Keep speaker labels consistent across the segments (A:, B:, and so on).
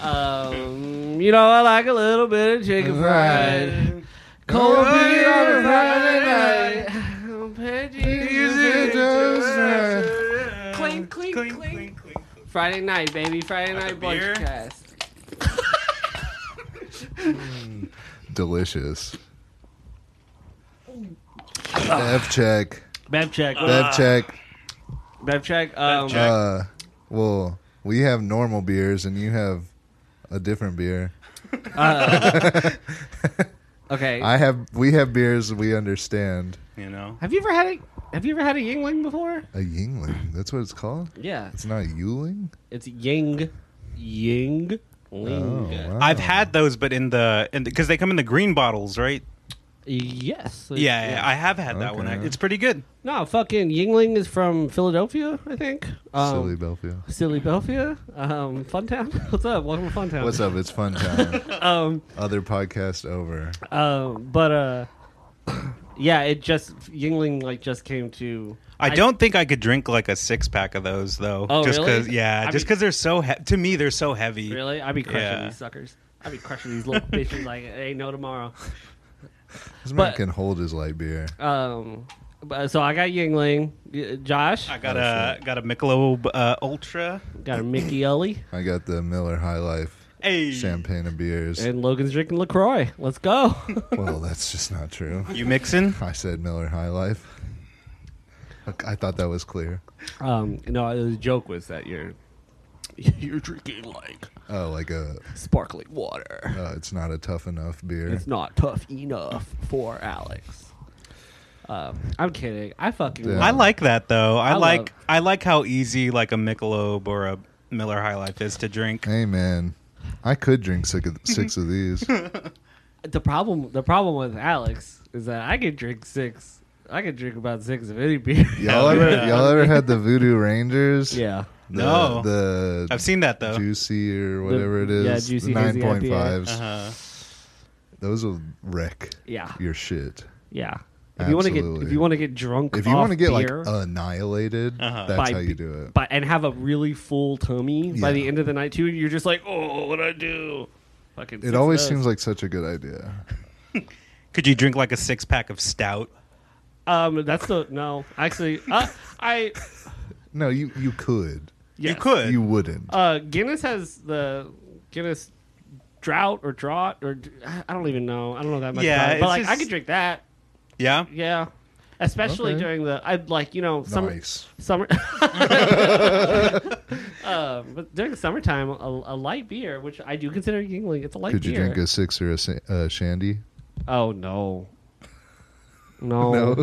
A: um, you know, I like a little bit of chicken fried. Cold beef on a Friday night. Clean, clean,
B: Clink,
A: clean.
B: clink, clink.
A: Friday night, baby. Friday
B: Like a
A: night bunch
B: beer?
A: cast.
C: Delicious. Bev check.
A: Bev check.
C: Bev check.
A: Uh, Bev check. Um,
B: check.
C: Uh, well, we have normal beers and you have a different beer.
A: uh, okay.
C: I have. We have beers we understand.
B: You know?
A: have you ever had a Have you ever had a Yingling before?
C: A Yingling. That's what it's called.
A: Yeah,
C: It's not Yuling.
A: it's Ying, Ying, Ling.
C: Oh, wow.
B: I've had those, but in the because they come in the green bottles, right?
A: Yes.
B: Yeah, yeah, I have had that one.
C: Okay.
B: It's pretty good.
A: No, fucking Yingling is from Philadelphia, I think. Um,
C: Silly Belfield.
A: Silly Belphia, um, Funtown. What's up? Welcome to Funtown.
C: What's up? It's fun time.
A: Um,
C: Other podcast over.
A: um, but uh, yeah, it just Yingling like just came to.
B: I, don't think I could drink like a six pack of those though.
A: Oh,
B: just
A: really?
B: Cause, yeah,
A: I mean-
B: just because they're so he- to me they're so heavy.
A: Really, I be crushing
B: Yeah.
A: these suckers. I be crushing these little bitches like it ain't no tomorrow.
C: This man
A: But-
C: can hold his light beer.
A: Um, but, so I got Yingling. Y- Josh
B: I got
C: Oh,
B: a got a Michelob uh, Ultra.
A: got a Mickey Ellie,
C: I got the Miller High Life
B: Hey,
C: champagne and beers.
A: and Logan's drinking Lacroix. Let's go.
C: Well, that's just not true.
B: you mixing?
C: I said Miller High Life. Look, I thought that was clear.
A: um, no, the joke was that you're you're drinking like
C: Oh, like a
A: sparkling water.
C: uh, it's not a tough enough beer.
A: It's not tough enough for Alex. Um, I'm kidding. I fucking
C: Yeah.
A: love-
B: I like that though. I,
A: I
B: like
A: love-
B: I like how easy like a Michelob or a Miller High Life is to drink.
C: Hey man, I could drink six of, six of these.
A: the problem. The problem with Alex is that I could drink six. I could drink about six of any beer.
C: Y'all
B: Hell
C: ever
B: yeah.
C: y'all ever had the Voodoo Rangers?
A: yeah.
C: The,
B: No.
C: the
B: I've seen that though.
C: juicy or whatever it is.
A: yeah, juicy,
C: the
A: hazy IPA.
C: nine point fives.
B: Uh-huh.
C: Those will wreck
A: Yeah.
C: your shit.
A: Yeah. If you want to get if
C: Absolutely.
A: you want to get drunk,
C: If you want to
A: off
C: get
A: beer
C: like annihilated,
B: Uh-huh.
C: that's
A: By
C: how you
A: be-
C: do it.
A: by, and have a really full tummy by
C: Yeah.
A: the end of the night too, you're just like, oh, what I do? Fucking.
C: It always seems like such a good idea.
B: Could you drink like a six pack of stout?
A: Um, that's the no. Actually, uh, I.
C: No, you you could.
B: You
A: yes.
B: could.
C: You wouldn't.
A: Uh, Guinness has the Guinness drought or draught or I don't even know. I don't know that much.
B: Yeah,
A: about it. but
B: it's
A: like I
B: just-
A: could drink that.
B: yeah.
A: Yeah, especially
C: Okay.
A: during the I'd like you know summer
C: nice.
A: summer. uh, but during the summertime, a, a light beer, which I do consider Yingling, it's a light
C: Could you
A: beer.
C: drink a six or a sa- uh, shandy?
A: oh no. No.
C: No,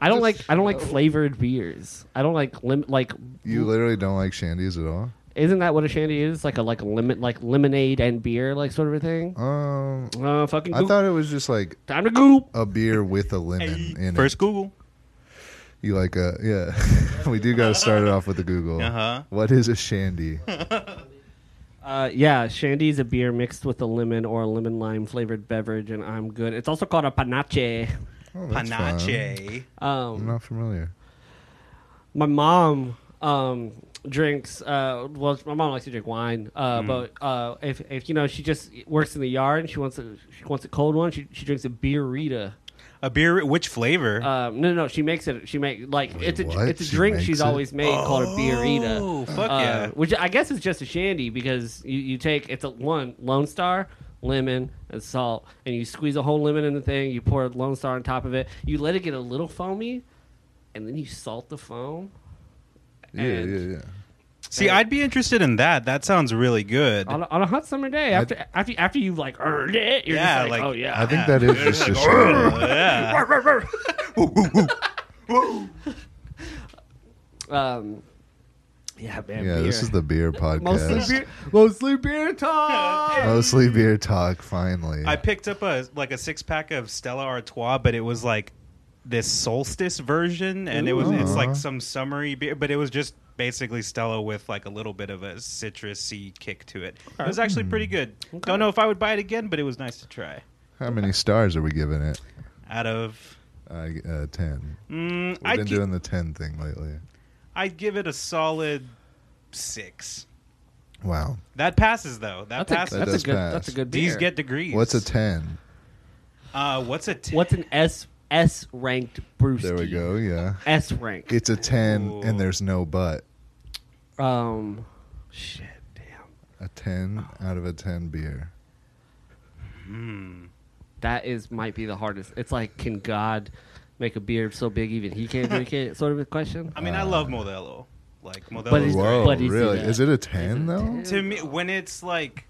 A: I don't like I don't like flavored beers. I don't like lim- like
C: you literally don't like shandies at all.
A: isn't that what a shandy is? Like a like a limit like lemonade and beer like sort of a thing.
C: Um,
A: Uh, fucking
C: I
A: goop.
C: thought it was just like
A: time to goop.
C: a beer with a lemon in
B: First Google.
C: it. You like a yeah? we do got to start it off with the Google.
B: Uh-huh.
C: What is a shandy? Oh,
A: Uh, yeah, shandy is a beer mixed with a lemon or a lemon lime flavored beverage, and I'm good. It's also called a panache.
C: Oh, that's fun.
B: Panache.
C: I'm
A: Um,
C: not familiar.
A: my mom um, drinks. Uh, well, my mom likes to drink wine, uh, but uh, if if you know, she just works in the yard and she wants a she wants a cold one. She she drinks a beerita.
B: A beer. Which flavor?
A: Um, no, no, she makes it. She make like
C: Wait,
A: it's a
C: what?
A: it's a
C: She
A: drink
C: makes
A: she's
C: it?
A: always made called a beerita.
B: Oh, fuck
A: Uh,
B: yeah.
A: Which I guess is just a shandy because you, you take it's a one Lone Star, lemon, and salt, and you squeeze a whole lemon in the thing. You pour a Lone Star on top of it. You let it get a little foamy, and then you salt the foam.
C: Yeah,
A: And-
C: yeah, yeah.
B: See, I'd be interested in that. That sounds really good.
A: On a, on a hot summer day, after after after you've like earned it, you're
B: Yeah,
A: just like,
B: like-
A: oh yeah,
C: I think that is just a shandy.
B: yeah.
A: um, yeah, man,
C: Yeah, this
A: beer.
C: is the beer podcast.
A: mostly beer, mostly beer time.
C: Mostly beer talk. Finally,
B: I picked up a like a six pack of Stella Artois, but it was like this solstice version, and it was it's
C: Ooh.
B: like some summery beer, but it was just basically Stella with like a little bit of a citrusy kick to it. It was actually pretty
C: Hmm.
B: good. Don't know if I would buy it again, but it was nice to try.
C: how many stars are we giving it?
B: Out of
C: I uh, ten.
B: mm,
C: We've been
B: I'd, gi-
C: doing the ten thing lately.
B: I'd give it a solid six.
C: Wow.
B: That passes though. That
A: That's a,
C: That
B: passes.
A: that's
C: does
A: a good
C: pass.
A: that's a good beer.
B: These get degrees.
C: What's a ten?
B: Uh, what's a ten?
A: What's an S S ranked Bruce?
C: There we go. Yeah.
A: S rank.
C: It's a ten,
B: Ooh.
C: and there's no but.
A: Um, shit, damn.
C: A ten out of a ten beer.
A: That is might be the hardest. It's like, can God make a beer so big even he can't drink it? Sort of a question.
B: I mean,
C: Uh,
B: I love Modelo. Like Modelo.
A: But it's-
B: is
C: Whoa,
A: but is it
C: really?
A: a-
C: is it a ten though?
A: 10?
B: to me when it's like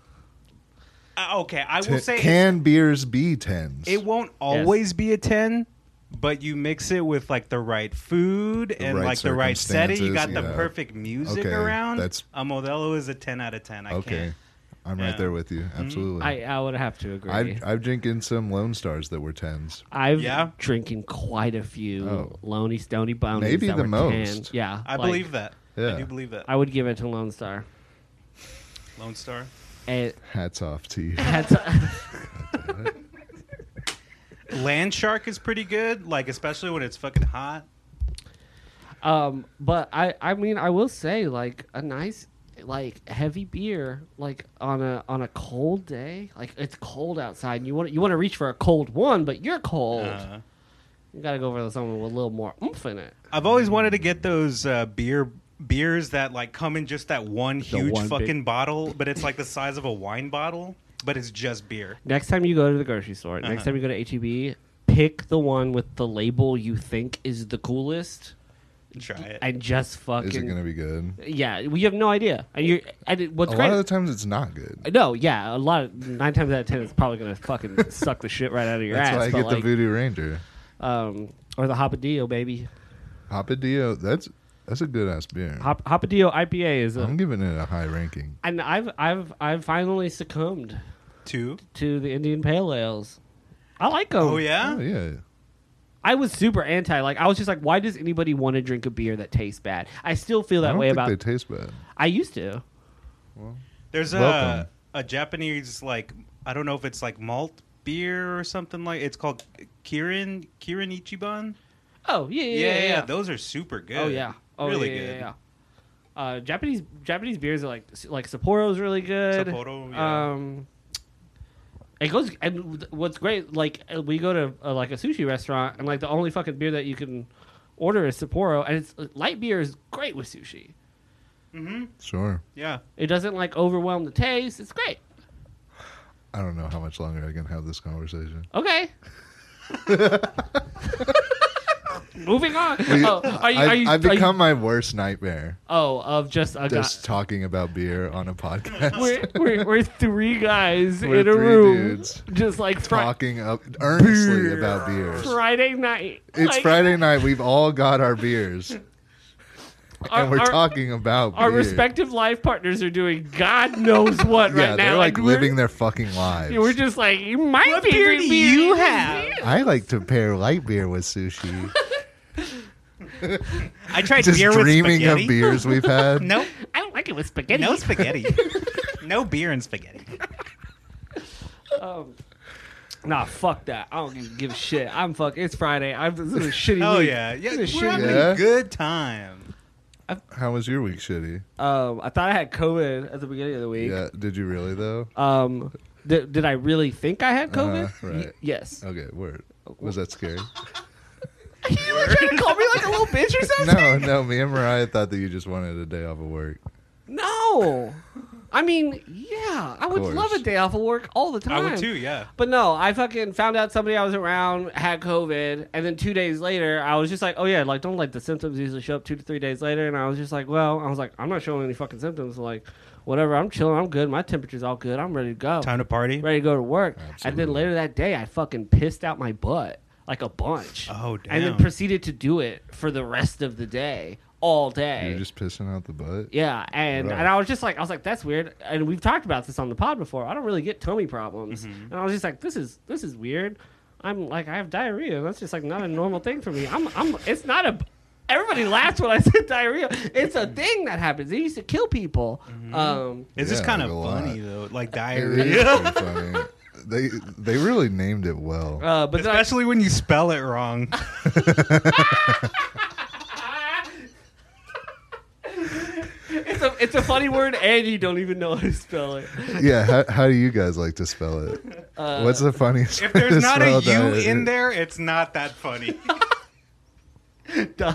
B: uh, okay i will
C: Ten-
B: say
C: can beers be tens?
B: it won't always be a 10 but you mix it with like the right food and
C: right
B: like the right setting you got the
C: circumstances, yeah.
B: perfect music
C: Okay,
B: around
C: that's-
B: a modelo is a 10 out of 10 i
C: okay,
B: can't
C: I'm
B: Yeah.
C: right there with you. Absolutely.
A: Mm-hmm. I I would have to agree.
C: I've,
A: I've,
C: I've drinking some Lone Stars that were tens.
B: Yeah.
A: drinking quite a few
C: Oh.
A: Lonely Stony Bones.
C: Maybe
A: that
C: the
A: were
C: most.
A: 10. Yeah,
B: i
A: like,
B: believe that i
C: Yeah.
B: do believe that
A: I would give it to Lone Star.
B: lone star
A: And
C: Hats off to you.
A: that's
B: land shark is pretty good like especially when it's fucking hot
A: Um, but I, I mean, I will say, like a nice, like heavy beer, like on a on a cold day, like it's cold outside, and you want you want to reach for a cold one, but you're cold.
B: uh,
A: You gotta go for something with a little more oomph in it.
B: I've always wanted to get those uh, beer beers that like come in just that one huge
A: one big-
B: fucking bottle, but it's like the size of a wine bottle, but it's just beer.
A: Next time you go to the grocery store, next time you go to HEB, pick the one with the label you think is the coolest,
B: Try it.
A: and just
C: Is it
A: fucking
C: gonna be good?
A: yeah. We have no idea, and you and it, what's
C: a
A: great.
C: lot of the times it's not good.
A: no, yeah, a lot of nine times out of ten, it's probably gonna fucking suck the shit right out of your
C: That's
A: ass.
C: why I
A: but,
C: get the
A: like,
C: Voodoo Ranger.
A: um, or the Hopadillo, baby.
C: Hopadillo. That's that's a good ass beer.
A: Hop, Hopadillo IPA is
C: I'm
A: a,
C: giving it a high ranking.
A: and I've I've I've finally succumbed
B: Two.
A: to the Indian Pale Ales. I like them.
B: Oh yeah.
C: Oh yeah.
A: I was super anti. Like I was just like, why does anybody want to drink a beer that tastes bad? I still feel that
C: I don't
A: way
C: think
A: about.
C: they taste bad.
A: I used to.
B: There's a
C: Welcome.
B: a Japanese like I don't know if it's like malt beer or something like it's called Kirin Kirin Ichiban.
A: Oh yeah, yeah,
B: Yeah,
A: yeah.
B: yeah,
A: yeah.
B: Those are super good.
A: Oh yeah. Oh
B: really
A: yeah, yeah,
B: good.
A: yeah, yeah. Uh, Japanese Japanese beers are like like Sapporo's really good.
B: Sapporo, yeah.
A: Um, it goes and th- what's great like uh, we go to uh, like a sushi restaurant and like the only fucking beer that you can order is Sapporo and it's uh, light beer is great with sushi.
C: Sure.
B: Yeah.
A: It doesn't like overwhelm the taste. It's great.
C: I don't know how much longer I can have this conversation.
A: Okay. Moving on. oh, are you,
C: I've,
A: are you,
C: I've
A: are you-
C: become my worst nightmare.
A: oh, of just a guy.
C: Just talking about beer on a podcast.
A: We're, we're, we're three guys
C: We're
A: in a
C: three
A: room,
C: dudes
A: just like fri-
C: talking up earnestly about beers.
A: Friday night.
C: It's
A: Like,
C: Friday night. We've all got our beers,
A: our-
C: and we're
A: our-
C: talking about
A: Our
C: beer.
A: respective life partners are doing God knows what
C: Yeah,
A: right now.
C: they're like,
A: we're-
C: living their fucking lives.
A: yeah, We're just like, my
B: What
A: favorite
B: beer do you
A: is
B: have?"
A: this.
C: I like to pair light beer with sushi.
B: I tried
C: Just
B: beer with
C: dreaming of
B: spaghetti.
C: beers we've had.
B: No,
A: I don't like it with spaghetti.
B: no spaghetti. no beer and spaghetti.
A: Um, nah, fuck that. I don't even give a shit. I'm fuck. It's Friday. I'm this is a shitty
B: Oh
A: week.
B: yeah, yeah.
A: This is
B: We're
A: shitty.
B: having
C: Yeah.
B: a good time.
C: How was your week, shitty?
A: Um, I thought I had COVID at the beginning of the week.
C: Yeah, did you really though?
A: Um, did, did I really think I had COVID?
C: Uh-huh, right.
A: yes.
C: Okay, word. Was that scary?
A: you were trying to call me like a little bitch or something?
C: No, no. Me and Mariah thought that you just wanted a day off of work.
A: No. I mean, yeah, I would
C: course.
A: love a day off of work all the
B: I
A: time.
B: would too. Yeah.
A: But no, I fucking found out somebody I was around had COVID, and then two days later, I was just like, oh yeah, like don't like the symptoms usually show up two to three days later, and I was just like, well, I was like, I'm not showing any fucking symptoms, so, like, whatever, I'm chilling, I'm good, my temperature's all good, I'm ready to go,
B: Time to party.
A: ready to go to work, and then
C: Absolutely.
A: later that day, I fucking pissed out my butt like a bunch,
B: Oh,
A: and then
B: damn.
A: proceeded to do it for the rest of the day, all day.
C: You're just pissing out the butt.
A: Yeah, and
C: Right.
A: and I was just like, I was like, that's weird. And we've talked about this on the pod before. I don't really get tummy problems, and I was just like, this is this is weird. I'm like, I have diarrhea. and That's just like not a normal thing for me. I'm I'm. It's not a. Everybody laughs when I said diarrhea. It's a thing that happens. It used to kill people. Um,
B: It's just
C: Yeah,
B: kind of
C: like a lot.
B: funny though, like
C: It
B: diarrhea,
C: is pretty funny. They they really named it well.
A: uh, but then I-
B: especially when you spell it wrong.
A: it's a it's a funny word, and you don't even know how to spell it.
C: Yeah, how, how do you guys like to spell it?
A: Uh,
C: What's the funniest?
B: If
C: way to
B: there's not a
C: spell
B: U
C: diet?
B: in there, it's not that funny.
A: Dio.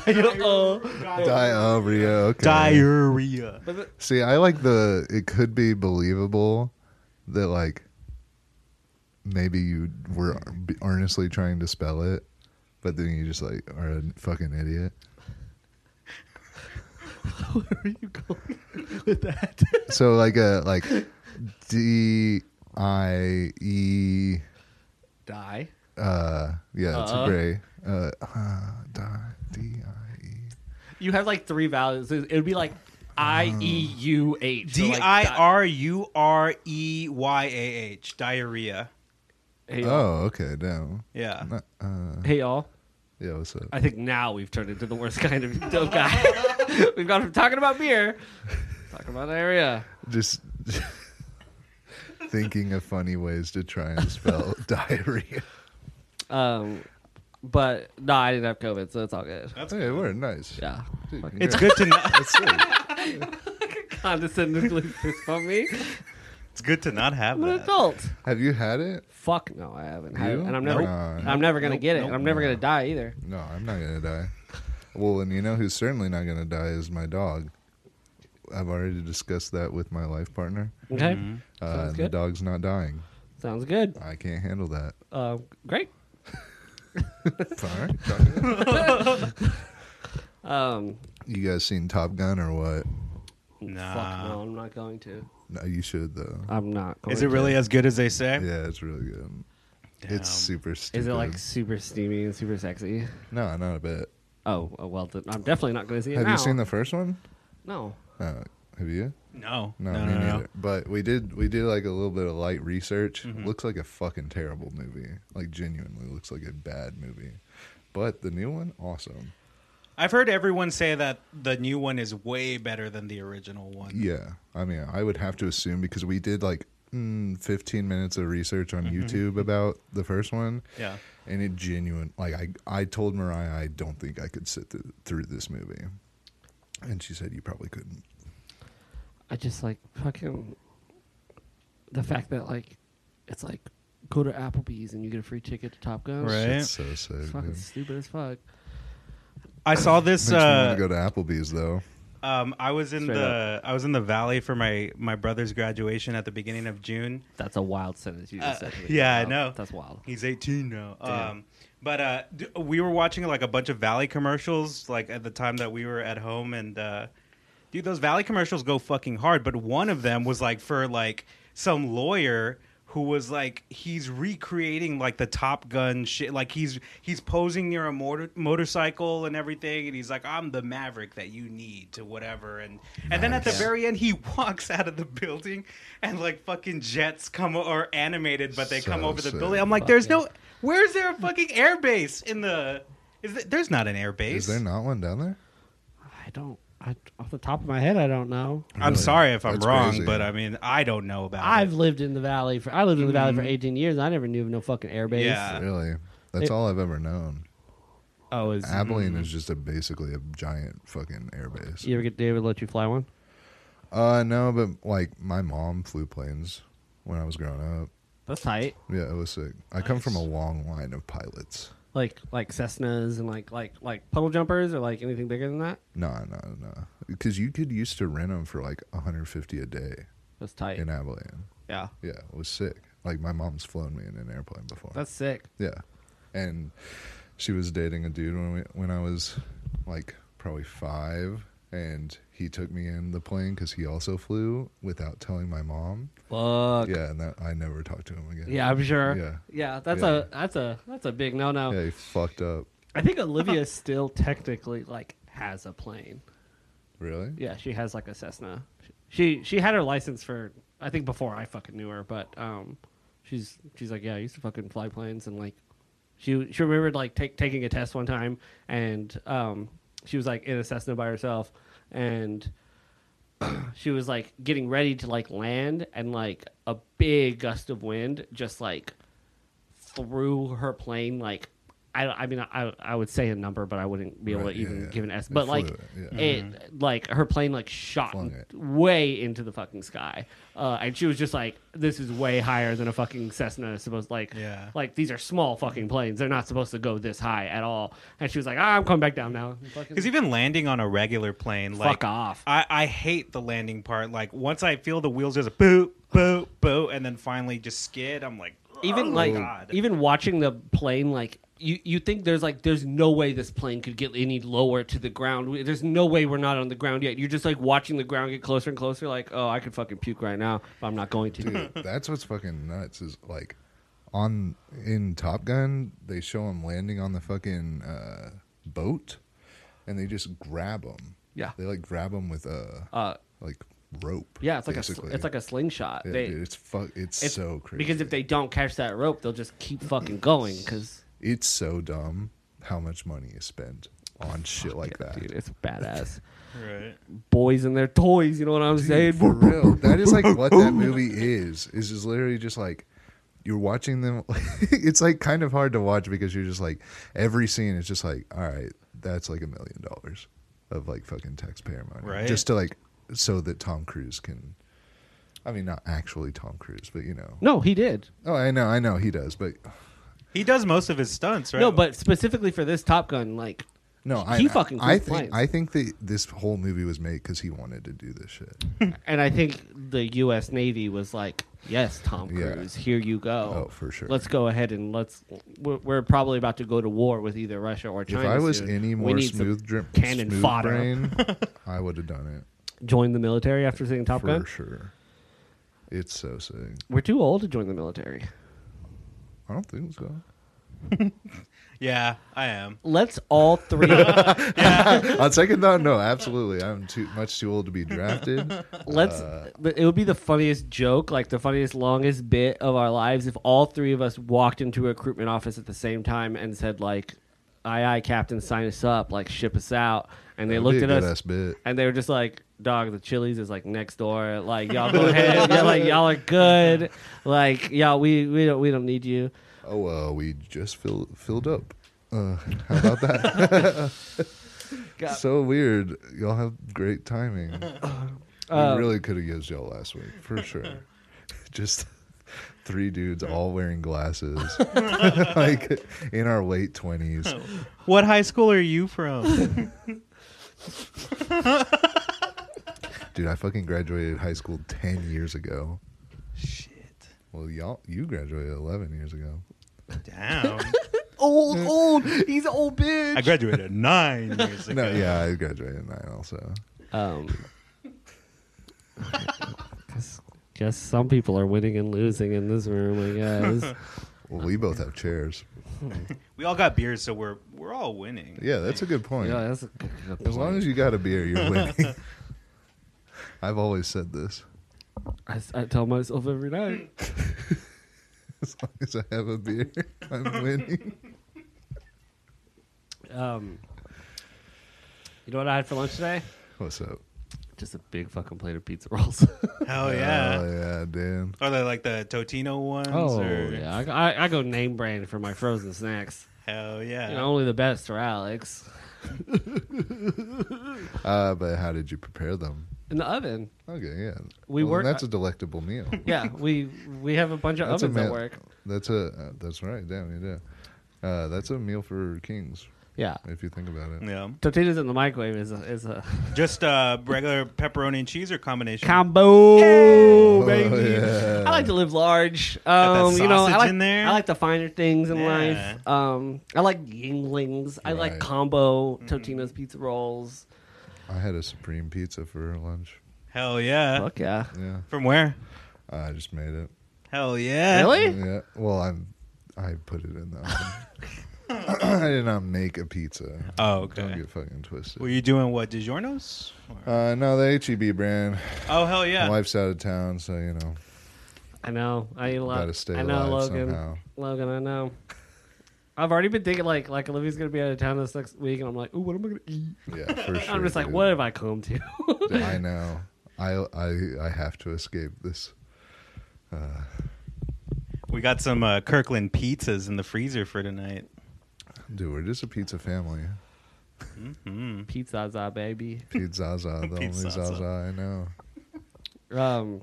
C: diarrhea. oh, Okay.
B: Diarrhea.
C: See, I like the. It could be believable that like maybe you were earnestly trying to spell it, but then you just like are a fucking idiot.
A: Where are you going with that?
C: So like a like D I E.
A: Die.
C: Uh, yeah, it's
A: Uh-uh.
C: a gray. Uh, uh, di- D I E.
A: You have like three vowels. It would be like I E U H. So,
B: D
A: like,
B: I
A: di-
B: R U R E Y A H. Diarrhea.
A: Hey, y'all.
C: Oh, okay, damn.
B: Yeah.
A: hey y'all.
C: Yeah, what's up?
A: I think now we've turned into the worst kind of dope guy. we've gone from talking about beer, talking about area.
C: Just thinking of funny ways to try and spell diarrhea.
A: Um, but no, I didn't have COVID, so it's all good.
B: That's
C: Okay, we're nice.
A: Yeah,
C: Dude,
A: Fuck.
B: It's
C: you're-
B: good to know.
C: That's sweet.
A: condescendingly fist bump me.
B: It's good to not have
A: I'm an
B: that.
A: adult.
C: Have you had it?
A: Fuck no, I haven't. had it,
C: You?
A: and I'm never,
C: Nope.
A: I'm never gonna
B: Nope.
A: get it.
B: Nope.
A: and I'm never gonna die either.
C: No, I'm not gonna die. Well, and you know who's certainly not gonna die is my dog. I've already discussed that with my life partner.
A: Okay,
B: Mm-hmm.
C: Uh,
A: Sounds
C: and the
A: good.
C: dog's not dying.
A: sounds good.
C: I can't handle that.
A: Uh, great.
C: All right, talk to you.
A: Um,
C: you guys seen Top Gun or what?
A: fuck no,
B: Nah.
A: I'm not going to.
C: No, you should though.
A: I'm not. going
B: Is it
A: to.
B: really as good as they say?
C: Yeah, it's really good.
B: Damn.
C: It's super stupid.
A: Is it like super steamy and super sexy?
C: No, not a bit.
A: Oh, oh, well, then I'm definitely not going to see it
C: Have
A: now.
C: you seen the first one?
A: No.
C: No. Have you?
B: No.
C: No, me neither. But we did we did like a little bit of light research. Looks like a fucking terrible movie. Like genuinely looks like a bad movie. But the new one, awesome.
B: I've heard everyone say that the new one is way better than the original one.
C: Yeah. I mean, I would have to assume because we did like mm, 15 minutes of research on YouTube about the first one.
B: Yeah.
C: And it genuine like I I told Mariah I don't think I could sit th- through this movie. And she said you probably couldn't.
A: I just like fucking the fact that like it's like go to Applebee's and you get a free ticket to Top Gun.
B: Right.
C: Shit's
A: Eh,
C: so sick.
A: It's
C: dude.
A: fucking stupid as fuck.
B: I saw
C: Makes
B: this.
C: me want
B: Uh,
C: to go to Applebee's though.
B: um, I was in
A: Straight
B: the I was in the valley for my my brother's graduation at the beginning of June.
A: That's a wild sentence you just
B: Uh,
A: said. to me.
B: yeah, I
A: Wow,
B: know.
A: That's wild.
B: He's 18 now.
A: Damn.
B: Um, but uh, d- we were watching like a bunch of Valley commercials, like at the time that we were at home, and uh, dude, those Valley commercials go fucking hard. But one of them was like for like some lawyer who was like he's recreating like the Top Gun shit, like he's he's posing near a motor- motorcycle and everything, and he's like, "I'm the Maverick that you need to whatever," and and then at the
C: Nice.
B: very end, he walks out of the building, and like fucking jets come or animated, but they come
C: So
B: over the
C: sick.
B: building. I'm like, there's no. Where's there a fucking air base in the? Is th- there's not an air
C: Is
B: base?
C: there not one down there?
A: I don't. I, off the top of my head, I don't know.
B: I'm
C: Really?
B: sorry if I'm
C: That's
B: wrong,
C: crazy.
B: but I mean, I don't know about.
A: I've
B: it. Mm-hmm.
A: lived in the valley for I lived in the valley for 18 years. And I never knew of no fucking airbase.
B: Yeah.
C: Really? That's
A: It-
C: all I've ever known.
A: Oh, is
C: Abilene is just a basically a giant fucking airbase.
A: you ever get David let you fly one?
C: Uh no, but like my mom flew planes when I was growing up.
A: That's tight.
C: Yeah, it was sick. I come from a long line of pilots.
A: Like like Cessnas and like like like puddle jumpers or like anything bigger than that.
C: No, no, no. Because you could used to rent them for like 150 a day
A: That's tight.
C: in Abilene.
A: yeah.
C: Yeah, it was sick. Like my mom's flown me in an airplane before.
A: That's sick.
C: Yeah, and she was dating a dude when we, when I was like probably five, and he took me in the plane because he also flew without telling my mom.
A: Fuck.
C: Yeah, and that I never talked to him again.
A: Yeah, I'm sure.
C: Yeah.
A: that's
C: Yeah.
A: a that's a that's a big no no.
C: yeah, he fucked up.
A: I think Olivia still technically like has a plane.
C: Really?
A: Yeah, she has like a Cessna. She she had her license for I think before I fucking knew her, but um, she's she's like yeah, I used to fucking fly planes and like she she remembered like take, taking a test one time and um she was like in a Cessna by herself and she was like getting ready to like land and like a big gust of wind just like threw her plane like I, I mean, I, I would say a number, but I wouldn't be able
C: Right,
A: to
C: yeah,
A: even
C: yeah.
A: give an S.
C: It
A: But
C: flew
A: like,
C: it, yeah.
A: it like her plane like shot
C: Flung it.
A: way into the fucking sky, uh, and she was just like, "This is way higher than a fucking Cessna is supposed like
B: Yeah.
A: like these are small fucking planes. They're not supposed to go this high at all." And she was like, ah, "I'm coming back down now." Fucking
B: Because even landing on a regular plane, like
A: fuck off.
B: I, I hate the landing part. Like once I feel the wheels just boop, boop, boop, and then finally just skid. I'm like,
A: even
B: oh,
A: like e-
B: God.
A: even watching the plane like you, you think there's like there's no way this plane could get any lower to the ground. We- There's no way we're not on the ground yet. You're just like watching the ground get closer and closer. Like, oh, I could fucking puke right now, but I'm not going to.
C: Dude, that's what's fucking nuts is like on in Top Gun, they show him landing on the fucking uh, boat and they just grab him.
A: Yeah.
C: They like grab him with a
A: Uh,
C: like rope.
A: yeah, it's like
C: basically.
A: a sl- it's like a slingshot.
C: Yeah,
A: they,
C: dude, it's fuck it's,
A: it's-
C: so crazy.
A: because if they don't catch that rope, they'll just keep fucking going. Because
C: it's so dumb how much money is spent on shit like that.
A: dude, it's badass.
B: right.
A: Boys and their toys. You know what I'm saying?
C: For real. That is like what that movie is. Is is literally just like you're watching them it's like kind of hard to watch because you're just like every scene is just like, all right, that's like a million dollars of like fucking taxpayer money.
B: Right.
C: Just to like so that Tom Cruise can I mean not actually Tom Cruise, but you know.
A: No, he did.
C: Oh, I know, I know he does, but
B: He does most of his stunts, right?
A: No, but specifically for this Top Gun, like
C: no,
A: He
C: I
A: fucking
C: I
A: flew
C: think
A: planes.
C: I think that this whole movie was made because he wanted to do this shit.
A: And I think the U.S. Navy was like, "Yes, Tom
C: Yeah.
A: Cruise, here you go.
C: Oh, for sure.
A: Let's go ahead and let's. We're, we're probably about to go to war with either Russia or
C: If
A: China.
C: I was
A: soon.
C: any
A: We
C: more
A: need some
C: smooth, dri-
A: cannon
C: smooth
A: fodder.
C: brain, I would have done it
A: Join the military after seeing Top
C: for
A: Gun.
C: sure. It's so sick.
A: We're too old to join the military.
C: I don't think so.
B: yeah, I am.
A: Let's all three.
C: On second thought, no, absolutely. I'm too much too old to be drafted.
A: let's. It would be the funniest joke, like the funniest, longest bit of our lives, if all three of us walked into a recruitment office at the same time and said, "Like, aye, aye, Captain, sign us up. Like, ship us out." And they
C: That'd
A: looked
C: be a
A: at
C: good
A: us.
C: ass bit.
A: and they were just like, "Dog, the Chili's is like next door. Like y'all go ahead. yeah, like y'all are good. Like y'all, we we don't we don't need you."
C: Oh well, we just fill, filled up. Uh, how about that?
A: God.
C: so weird. Y'all have great timing.
A: Um,
C: we really could have used y'all last week for sure. Just three dudes all wearing glasses, like in our late twenties.
A: Oh.
B: What high school are you from?
C: Dude, I fucking graduated high school ten years ago.
B: Shit.
C: Well, y'all, you graduated eleven years ago. Mm.
B: Damn.
A: Old, old. He's an old bitch.
B: I graduated nine years ago.
C: No, yeah, I graduated at nine also.
A: um, guess, guess some people are winning and losing in this room. I guess.
C: Well, we both have chairs.
B: We all got beers, so we're we're all winning.
C: Yeah, that's a good point.
A: yeah, that's a good, good
C: as long
A: point.
C: as you got a beer, you're winning. I've always said this.
A: I, s- I tell myself every night.
C: As long as I have a beer, I'm winning.
A: Um, you know what I had for lunch today?
C: What's up?
A: Just a big fucking plate of pizza rolls.
B: Hell yeah.
C: Oh, yeah, damn.
B: Are they like the Totino ones?
A: Oh
B: or-
A: yeah, I, I, I go name brand for my frozen snacks.
B: Hell yeah.
A: You know, only the best for Alex
C: Uh, but how did you prepare them?
A: in the oven.
C: Okay, yeah.
A: We
C: well,
A: work-
C: That's a delectable meal.
A: Yeah, we we have a bunch of
C: That's a
A: ovens
C: ma-
A: at work.
C: That's a. Uh, that's right. Damn, you do. Uh, that's a meal for kings,
A: Yeah,
C: if you think about it.
B: yeah.
A: tortillas in the microwave is a, is a
B: Just uh, regular pepperoni and cheese or combination.
A: combo.
C: Oh,
A: baby.
C: yeah.
A: I like to live large.
B: that
A: Um, you know, I
B: sausage
A: like,
B: in there.
A: I like the finer things in
B: Yeah.
A: life. Um, I like yinglings. I like
C: Right. Mm-hmm.
A: combo Totino's pizza rolls.
C: I had a supreme pizza for lunch.
B: Hell
C: Uh,
B: yeah.
A: Fuck yeah!
C: Yeah,
B: From where?
C: I just made it.
B: Hell yeah.
A: Really?
C: uh, Yeah. Well, I'm. I put it in the oven. I did not make a pizza.
B: Oh,
C: Don't
B: okay.
C: get fucking twisted.
B: Were you doing what? DiGiorno's? Or-
C: uh, no, the HEB brand.
B: oh, hell yeah.
C: My wife's out of town, so you know,
A: I know. I eat a lot.
C: gotta stay
A: I know,
C: alive
A: Logan.
C: somehow.
A: Logan, I know. I've already been thinking like like Olivia's gonna be out of town this next week, and I'm like, ooh, what am I gonna eat?
C: Yeah, for sure.
A: I'm just like,
C: dude. Mm-hmm.
A: what have I come to?
C: I know. I I I have to escape this.
B: We got some uh, Kirkland pizzas in the freezer for tonight.
C: Dude, we're just a pizza family.
A: Pizza za baby.
C: Pizza Zaza, the only
B: Pizzaza.
C: Zaza I know.
A: Um,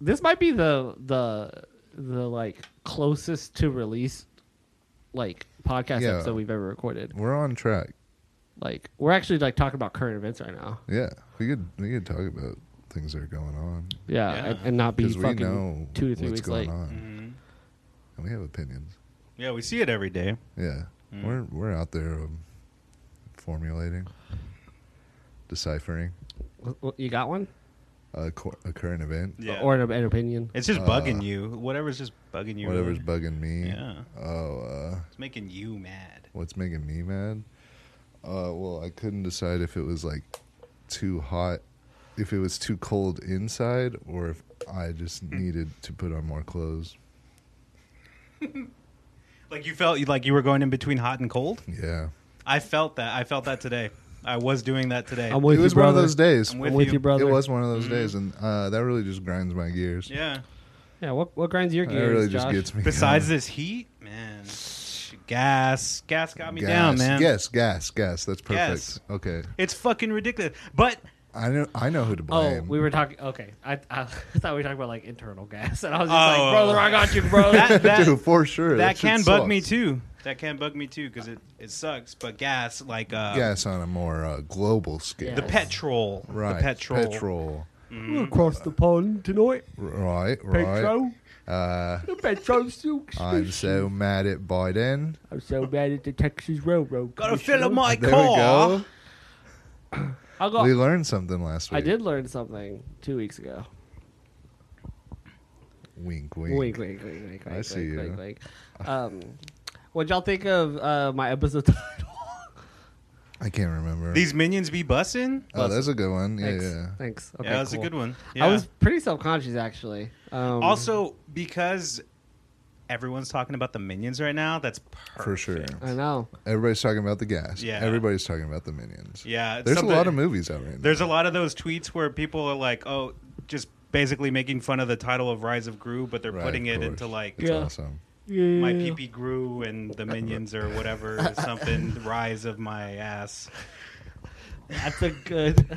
A: this might be the the the like closest to release like podcast
C: Yeah.
A: episode we've ever recorded.
C: We're on track.
A: Like we're actually like talking about current events right now.
C: Yeah, we could we could talk about things that are going on
A: Yeah,
B: Yeah.
A: And, and not be
C: because we
A: fucking
C: know
A: two to three
C: what's
A: weeks
C: going
A: late.
C: on,
B: Mhm.
A: Mm-hmm.
C: and we have opinions.
B: Yeah, we see it every day.
C: Yeah,
A: Mm.
C: we're we're out there um, formulating, deciphering
A: W- w- You got one
C: a, cor- a current event,
B: Yeah.
A: or an, an opinion?
B: It's just bugging you. Whatever's just bugging you.
C: Uh, whatever's
B: really.
C: bugging me.
B: Yeah.
C: Oh, uh,
B: It's making you mad.
C: what's making me mad? Uh, well, I couldn't decide if it was like too hot, if it was too cold inside, or if I just
B: Hmm.
C: needed to put on more clothes.
B: Like you felt like you were going in between hot and cold.
C: Yeah,
B: I felt that. I felt that today. I was doing that today.
A: I'm with
C: it
A: you,
C: was
A: brother.
C: one of those days.
B: I'm Mm-hmm.
A: I'm with you, brother.
C: It was one of those days, and uh, that really just grinds my gears.
B: yeah.
A: Yeah. What what grinds your
C: that
A: gears,
C: really
A: Josh?
C: just gets me.
B: Besides
C: down.
B: this heat, man, gas, gas got me down,
C: Gas.
B: man.
C: Yes, gas, gas. That's perfect.
B: Gas.
C: Okay,
B: It's fucking ridiculous. But
C: I know, I know who to blame.
A: Oh, we were talking. Okay, I, I thought we were talking about like internal gas, and I was just
B: Oh.
A: like, "Brother, I got you, brother."
B: that that,
C: Dude, for sure.
B: that
C: shit
B: can bug
C: sucks.
B: me too. That can bug me too because it, it sucks. But gas, like uh,
C: Gas on a more uh, global scale.
A: Yeah.
B: the petrol,
C: Right.
B: the petrol.
C: Petrol.
A: across the pond tonight,
C: Right. Right.
A: Petro.
C: Uh,
A: The Petro Silk
C: I'm so mad at Biden.
A: I'm so bad at the Texas Railroad.
B: Gotta fill up my
C: There
B: car.
C: we
A: I
C: go.
A: got.
C: We learned something last week.
A: I did learn something two weeks ago.
C: Wink, wink.
A: Wink, wink, wink, wink, wink.
C: I see
A: wink,
C: you.
A: Wink, wink. Um, what'd y'all think of uh, my episode title?
C: I can't remember.
B: These minions be bussing.
C: oh, that's a good one. Yeah,
A: Thanks.
C: yeah.
A: Thanks. Okay,
B: yeah, that's
A: cool.
B: a good one.
A: I
B: Yeah.
A: was pretty self-conscious actually. Um,
B: Also, because everyone's talking about the minions right now, that's perfect.
C: For sure.
A: I know.
C: Everybody's talking about the gas.
B: Yeah.
C: Everybody's talking about the minions.
B: Yeah, it's
C: There's a
B: something-
C: lot of movies out right now.
B: There's a lot of those tweets where people are like, "Oh, just basically making fun of the title of Rise of Gru," but they're
C: Right,
B: putting
C: of
B: it
C: course.
B: into like
C: It's
A: Yeah.
C: awesome.
A: Yeah.
B: my pee pee grew and the minions or whatever or something. the rise of my ass.
A: That's a good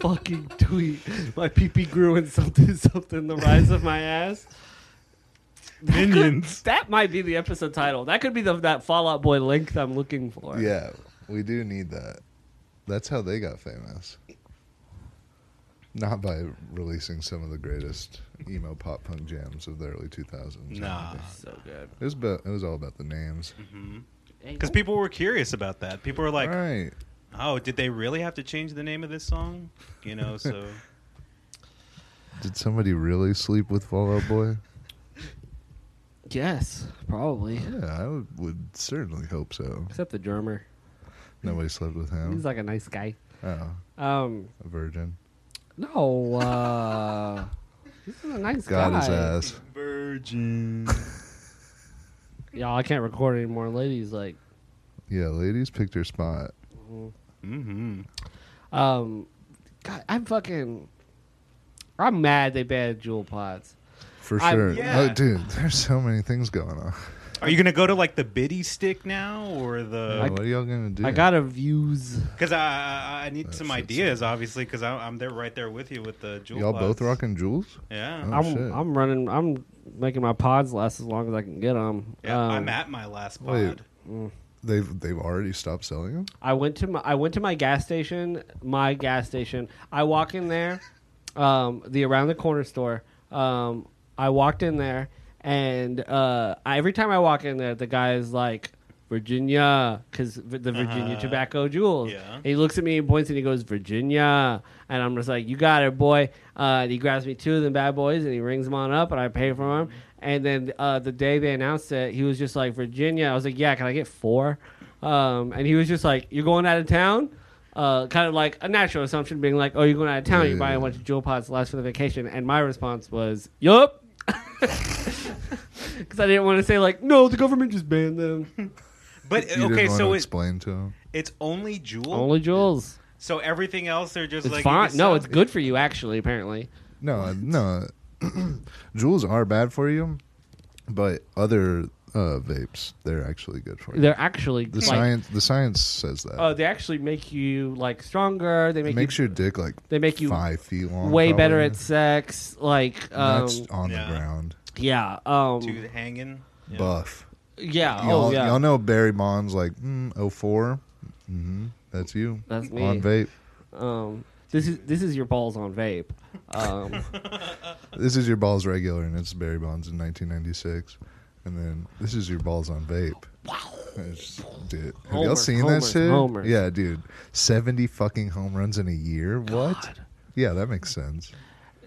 A: fucking tweet. My pee pee grew in something, something, the rise of my ass.
B: Minions.
A: That might be the episode title. That could be the that Fallout Boy link that I'm looking for.
C: Yeah, we do need that. That's how they got famous. Not by releasing some of the greatest emo pop punk jams of the early 2000s.
B: Nah.
A: So good.
C: It was, about, it was all about the names.
B: Because people were curious about that. People were like,
C: right.
B: "Oh, did they really have to change the name of this song?" You know, so
C: Did somebody really sleep with Fallout Boy?
A: Yes, probably.
C: Yeah, I would, would certainly hope so.
A: Except the drummer.
C: Nobody slept with him.
A: He's like a nice guy.
C: oh,
A: Um,
C: a virgin.
A: no, uh, this is a nice
C: Got
A: guy.
C: his ass.
B: virgin.
A: Y'all, I can't record anymore. Ladies, like,
C: Yeah, ladies picked her spot.
B: mm-hmm.
A: um, God, I'm fucking, I'm mad they banned Jewel Pods.
C: For
A: I'm-
C: sure.
B: yeah.
C: Oh, dude, there's so many things going on.
B: Are you gonna go to like the biddy stick now or the?
A: I-
C: what are y'all going to do?
A: I got a views.
B: Because I, I I need
C: That
B: some
C: shit's-
B: ideas, obviously, because I'm, I'm there right there with you with the jewel.
C: Y'all both
B: pods.
C: rocking jewels?
B: Yeah,
C: Oh,
A: I'm
C: shit.
A: I'm running. I'm making my pods last as long as I can get Um, them.
B: yeah I'm at my last pod.
C: wait. They've they've already stopped
B: Uh,
C: selling them.
A: I went to my I went to my gas station. My gas station. I walk in there, um, the around the corner store. Um, I walked in there, and uh, I, every time I walk in there, the guy is like. Virginia, because the Virginia
B: Uh-huh.
A: tobacco jewels.
B: Yeah.
A: And he looks at me and points and he goes, Virginia. And I'm just like, you got it, boy. Uh, and he grabs me two of them bad boys and he rings them on up and I pay for them. And then uh, the day they announced it, he was just like, Virginia. I was like, yeah, can I get four? Um, and he was just like, you're going out of town? Uh, kind of like a natural assumption being like, oh, you're going out of town. You're buying a bunch of jewel pods to last for the vacation. And my response was, yup. Because I didn't want to say like, no, the government just banned them.
B: But
C: You
B: okay,
C: didn't want
B: so
C: to
B: it,
C: explain to him.
B: it's only jewel.
A: Only jewels.
B: so everything else, they're just
A: It's
B: like
A: fine.
B: just
A: No,
B: sell-
A: it's good for you actually. Apparently.
C: No, no, jewels are bad for you, but other uh, vapes. They're actually good for you.
A: They're actually
C: the
A: like,
C: science the science says that.
A: Oh, they actually make you like stronger. They
C: it
A: make
C: makes
A: you
C: your dick like
A: they make you
C: five feet long.
A: way better
C: probably.
A: at sex. Like, um,
C: Nuts on
B: Yeah.
C: the ground.
A: yeah, um,
B: Tooth hanging. Yeah.
C: Buff.
A: yeah,
C: y'all,
A: oh yeah,
C: y'all know Barry Bonds like mm, 4 Mm-hmm. That's you.
A: That's
C: On
A: me.
C: vape.
A: um, this is this is your balls on vape. Um,
C: This is your balls regular, and it's Barry Bonds in 1996. And then this is your balls on vape. Wow. Dude, have y'all
A: Homers,
C: seen
A: homers,
C: that shit?
A: homers.
C: Yeah, dude. 70 fucking home runs in a year? What? Yeah, that makes sense.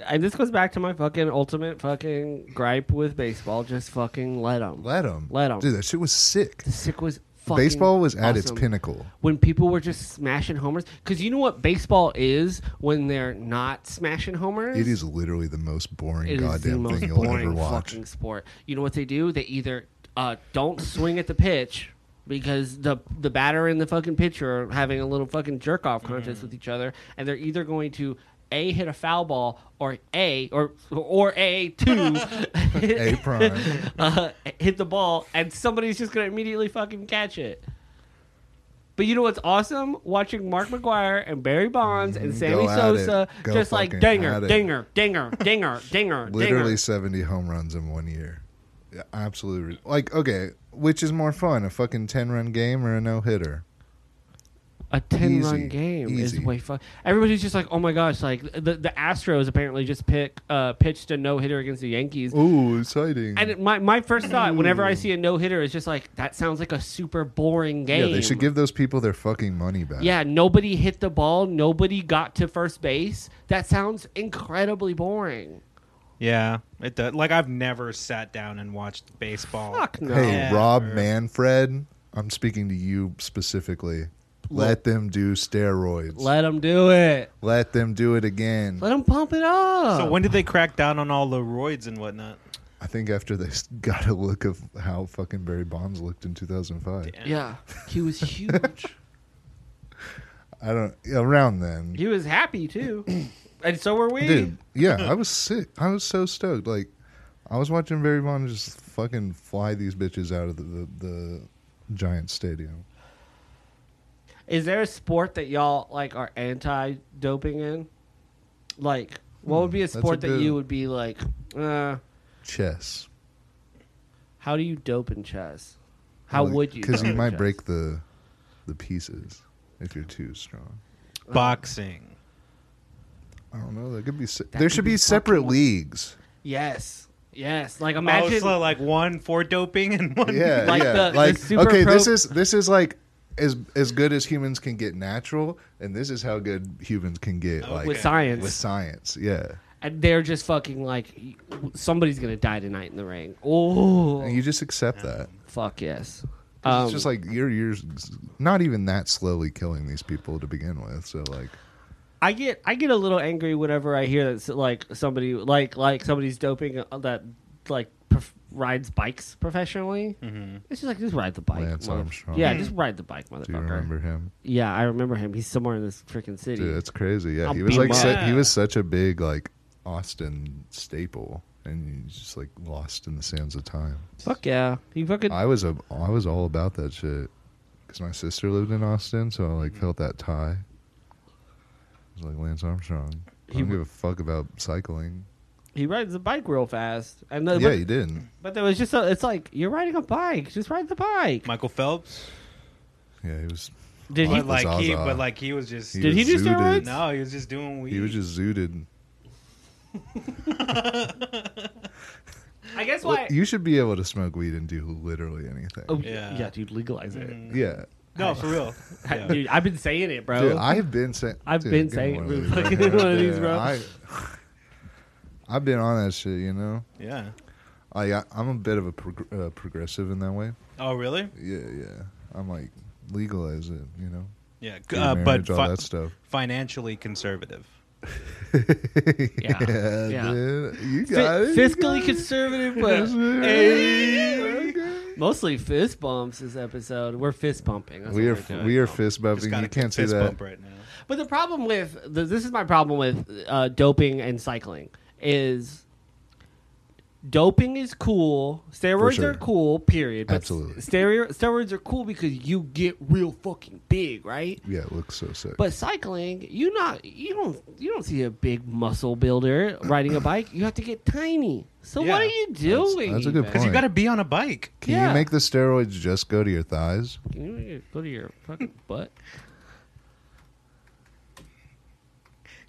A: and this goes back to my fucking ultimate fucking gripe with baseball. Just fucking let them.
C: Let him.
A: Let 'em.
C: Dude, that shit was sick.
A: the sick was fucking
C: Baseball was at its
A: awesome.
C: pinnacle.
A: when people were just smashing homers. Because you know what baseball is when they're not smashing homers.
C: It is literally the most boring
A: It is
C: goddamn
A: the most
C: thing you'll
A: boring
C: ever watch.
A: fucking sport. You know what they do? They either uh, don't swing at the pitch because the the batter and the fucking pitcher are having a little fucking jerk off contest with each other, and they're either going to a hit a foul ball or a or or a two
C: A prime.
A: uh, hit the ball, and somebody's just gonna immediately fucking catch it. But you know what's awesome? Watching Mark McGuire and Barry Bonds and Sammy
C: Mm, Go at it.
A: Sosa
C: Go
A: just like
C: fucking at
A: dinger,
C: it.
A: dinger, dinger, dinger, dinger,
C: literally
A: dinger.
C: 70 home runs in one year. Yeah, absolutely. Like, okay, which is more fun, a fucking 10 run game or a no hitter?
A: A ten
C: Easy,
A: run game
C: easy.
A: is way fun. Everybody's just like, oh my gosh! Like the the Astros apparently just pick uh, pitched a no hitter against the Yankees.
C: Ooh, exciting.
A: And it, my my first thought whenever I see a no hitter is just like that sounds like a super boring game.
C: yeah, they should give those people their fucking money back.
A: Yeah, nobody hit the ball. Nobody got to first base. That sounds incredibly boring.
B: Yeah, it does. Like I've never sat down and watched baseball.
A: Fuck no.
C: Hey,
B: Yeah.
C: Rob Manfred, I'm speaking to you specifically. Let them do steroids. Let,
A: Let them do it.
C: them do it again.
A: Let them pump it up.
B: So when did they crack down on all the roids and whatnot?
C: I think after they s- got a look of how fucking Barry Bonds looked in 2005.
A: Yeah, he was huge.
C: I don't, around then.
A: he was happy too, and so were we.
C: Dude, yeah, I was sick. I was so stoked. Like, I was watching Barry Bonds just fucking fly these bitches out of the, the, the giant stadium.
A: Is there a sport that y'all like are anti-doping in? Like, what would be a
C: Hmm, that's a
A: sport that
C: good-
A: you would be like? Uh,
C: Chess.
A: how do you dope in chess? How would you?
C: Because
A: dope
C: you
A: in
C: might
A: chess?
C: break the the pieces if you're too strong.
B: Boxing.
C: I don't know. That could be. Se-
A: That
C: there
A: could
C: should
A: be
C: be separate
A: fucking-
C: leagues.
A: Yes, yes. Like
B: Imagine,
A: imagine.
B: like one for doping and one.
C: Yeah,
A: Like
C: yeah.
A: the- the
C: like
A: super
C: okay,
A: pro-
C: this is this is like as as good as humans can get natural, and this is how good humans can get like
A: with science.
C: with science. Yeah.
A: and they're just fucking like somebody's gonna die tonight in the ring. Oh,
C: And you just accept that.
A: fuck yes.
C: 'Cause
A: Um,
C: it's just like you're you're not even that slowly killing these people to begin with. So like,
A: I get I get a little angry whenever I hear that like somebody like like somebody's doping uh, that like prof- rides bikes professionally. Mm-hmm. It's just like just ride the bike.
C: Lance
A: mother-
C: Armstrong.
A: Yeah, just ride the bike,
C: do you
A: motherfucker.
C: remember him?
A: Yeah, I remember him. He's somewhere in this freaking city.
C: Dude, that's crazy. Yeah,
A: I'll
C: he was
A: beat
C: like
A: him
C: su-
B: up.
C: he was such a big like Austin staple, and he's just like lost in the sands of time.
A: Fuck yeah, he fucking
C: I was a I was all about that shit because my sister lived in Austin, so I like
A: Mm-hmm.
C: felt that tie. It was like Lance Armstrong.
A: He
C: I don't
A: w-
C: give a fuck about cycling.
A: he rides the bike real fast. And the,
C: yeah,
A: Uh, but,
C: he didn't.
A: but there was just a, it's like you're riding a bike. Just ride the bike.
B: Michael Phelps.
C: Yeah, he was.
A: Did he?
B: But like he,
C: Zaza.
B: but like he was just.
A: Did he
C: was
A: do steroids?
B: No, he was just doing weed.
C: He was just zooted.
A: I guess
C: Well,
A: why.
C: you should be able to smoke weed and do literally anything.
A: Oh, yeah.
B: Yeah.
A: dude, legalize it.
C: yeah.
B: no for real. Yeah.
A: Dude, I've been saying it, bro.
C: Dude, I've been saying.
A: I've
C: dude,
A: been
C: give me
A: saying
C: one
A: it.
C: of these,
A: Fucking
C: bro.
A: one of these,
C: Yeah,
A: bro.
C: I, I've been on that shit, you know.
B: yeah.
C: I, I I'm a bit of a prog- uh, progressive in that way.
B: Oh really?
C: Yeah, yeah. I'm like legalize it, you know.
B: Yeah.
C: Gay
B: Uh, but
C: marriage, all
B: fi-
C: that stuff.
B: financially conservative.
A: Yeah,
C: yeah,
A: yeah.
C: dude. You
A: Fi-
C: got it.
A: fiscally
C: you
A: conservative,
C: got
A: but
C: it.
A: Hey.
C: Okay.
A: mostly fist bumps this episode. We're fist bumping. That's
C: We are
A: what
C: f-
A: we're doing.
C: we are fist bumping.
B: got
C: You
B: a
C: can't see
B: fist
C: that.
B: bump right now.
A: But the problem with the, this is my problem with uh, doping and cycling is doping is cool. Steroids
C: sure.
A: are cool. Period. But
C: Absolutely.
A: Stereo- steroids are cool because you get real fucking big, right?
C: Yeah, it looks so sick.
A: But cycling, you not you don't you don't see a big muscle builder riding a bike. You have to get tiny. So what
B: Yeah.
A: are you doing?
C: that's a good
B: Because you
C: Right.
B: got to be on a bike.
C: Can
A: yeah.
C: you make the steroids just go to your thighs?
A: Can you go to your fucking butt?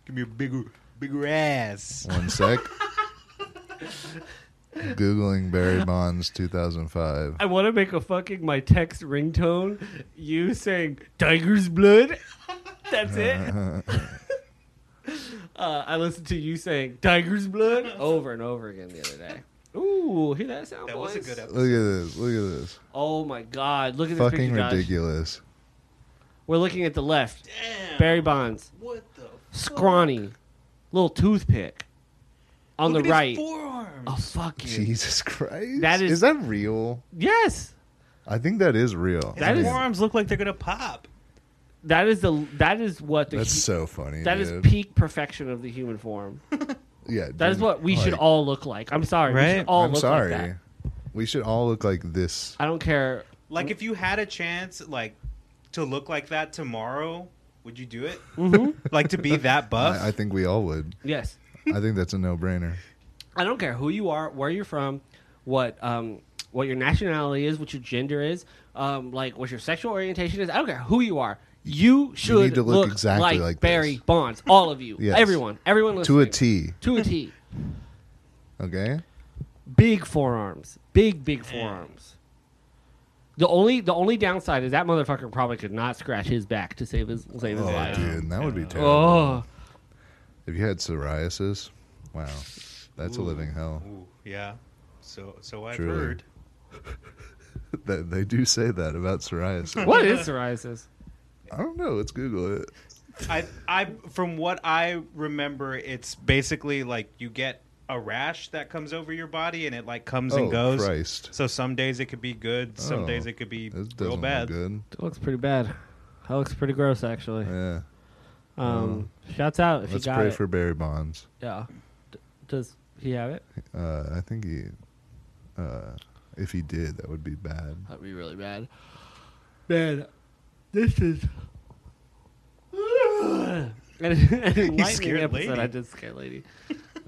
B: Give me a bigger, bigger ass.
C: One sec. Googling Barry Bonds 2005.
A: I want to make a fucking my text ringtone. You saying "Tiger's blood." That's it. Uh, I listened to you saying "Tiger's blood" over and over again the other day. Ooh, hear that sound?
B: That
A: boys?
B: was a good episode.
C: Look at this. Look at this.
A: Oh my god! Look at this
C: Fucking
A: picture, Josh.
C: ridiculous.
A: We're looking at the left.
B: Damn.
A: Barry Bonds,
B: What the?
A: scrawny, little toothpick. On
B: Look
A: the
B: at
A: right,
B: his
A: Oh,
B: forearms.
C: Oh,
A: a fucking
C: Jesus Christ.
A: That is-
C: is that real?
A: yes.
C: I think that is real.
A: That
B: his
A: is-
B: forearms look like they're gonna pop.
A: That is the that is what the
C: That's
A: hu-
C: so funny.
A: that is
C: dude.
A: peak perfection of the human form.
C: Yeah.
A: That is
C: dude,
A: what we should
C: like,
A: all look like. I'm sorry. We
B: Right?
A: should all
C: I'm
A: look
C: sorry.
A: like that.
C: We should all look like this.
A: I don't care.
B: Like if you had a chance, like to look like that tomorrow, would you do it? like to be that buff?
C: Mm-hmm. I, I think we all would.
A: Yes.
C: I think that's a no-brainer.
A: I don't care who you are, where you're from, what um what your nationality is, what your gender is, um like what your sexual orientation is. I don't care who you are. You should
C: need to look exactly
A: like,
C: like
A: Barry
C: this.
A: Bonds. All of you.
C: Yes.
A: Everyone. Everyone
C: To a
A: listening.
C: T.
A: To a T.
C: Okay.
A: Big forearms. Big big forearms. The only the only downside is that motherfucker probably could not scratch his back to save his save his
C: Oh,
A: life.
C: dude, that would be terrible.
A: Oh.
C: If you had psoriasis, wow, that's a living hell.
B: Ooh, yeah. So so I've
C: Truly.
B: heard.
C: They, they do say that about psoriasis.
A: What is psoriasis?
C: I don't know. Let's Google it.
B: I I from what I remember, it's basically like you get a rash that comes over your body and it like comes
C: Oh,
B: and goes.
C: Christ.
B: So some days it could be good, some
C: Oh,
B: days it could be
C: This doesn't
B: real
C: look
B: bad.
C: good.
A: That looks pretty bad. That looks pretty gross, actually.
C: Yeah.
A: Um, shouts out if
C: Let's
A: you got
C: pray
A: it.
C: for Barry Bonds.
A: yeah. D- does he have it?
C: Uh, I think he. Uh, if he did, that would be bad.
A: That'd be really bad. Man, this is. an enlightening
B: scared
A: episode.
B: lady.
A: I did scare lady.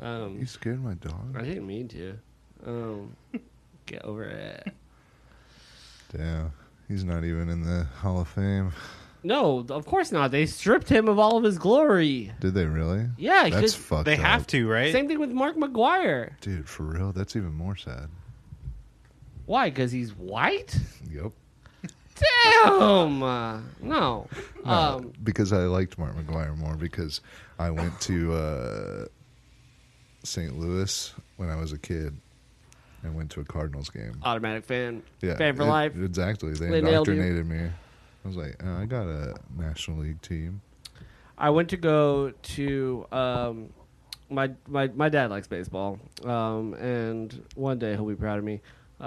A: Um,
C: You scared my
A: I
C: dog.
A: didn't mean to. Um, get over it.
C: Damn, he's not even in the Hall of Fame.
A: No, of course not. They stripped him of all of his glory.
C: Did they really?
A: Yeah,
C: that's
A: 'cause-
C: fucked.
B: They
C: up.
B: have to, right?
A: Same thing with Mark McGuire.
C: dude. For real, that's even more sad.
A: Why? Because he's white.
C: Yep.
A: Damn. Uh, no.
C: No,
A: Um,
C: because I liked Mark McGuire more because I went to uh, St. Louis when I was a kid and went to a Cardinals game.
A: automatic fan.
C: yeah,
A: Uh, fan for
C: it-
A: life.
C: Exactly. They,
A: They nailed you.
C: indoctrinated me. I was like, oh, I got a National League team.
A: I went to go to um, my my my dad likes baseball, um, and one day he'll be proud of me. Uh,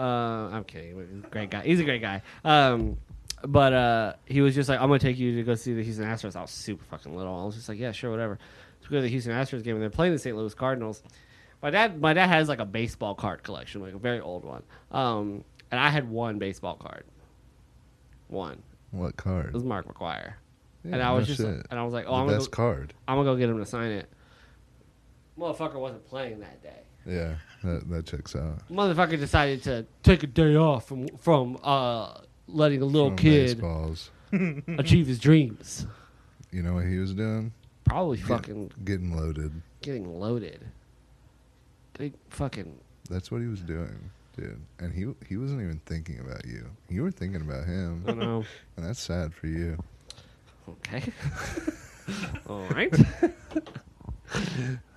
A: I'm kidding. He's a great guy. He's a great guy. Um, but uh, he was just like, "I'm gonna take you to go see the Houston Astros." I was super fucking little. I was just like, "Yeah, sure, whatever." To go to the Houston Astros game, and they're playing the St. Louis Cardinals. My dad, my dad has like a baseball card collection, like a very old one. Um, and I had one baseball card. One.
C: What
A: It
C: card?
A: was Mark McGuire.
C: Yeah,
A: and I was
C: no
A: just,
C: shit.
A: and I was like, "Oh,
C: the
A: I'm gonna
C: best
A: go,
C: card.
A: I'm gonna go get him to sign it. Motherfucker wasn't playing that day.
C: Yeah, that, that checks out.
A: Motherfucker decided to take a day off from from uh, letting a little
C: From
A: kid
C: Oh, Baseballs.
A: achieve his dreams.
C: You know what he was doing?
A: Probably fucking
C: Getting loaded.
A: getting loaded. Big fucking
C: That's what he was doing, dude. And he he wasn't even thinking about you. You were thinking about him,
A: I don't know.
C: and that's sad for you.
A: Okay. all right.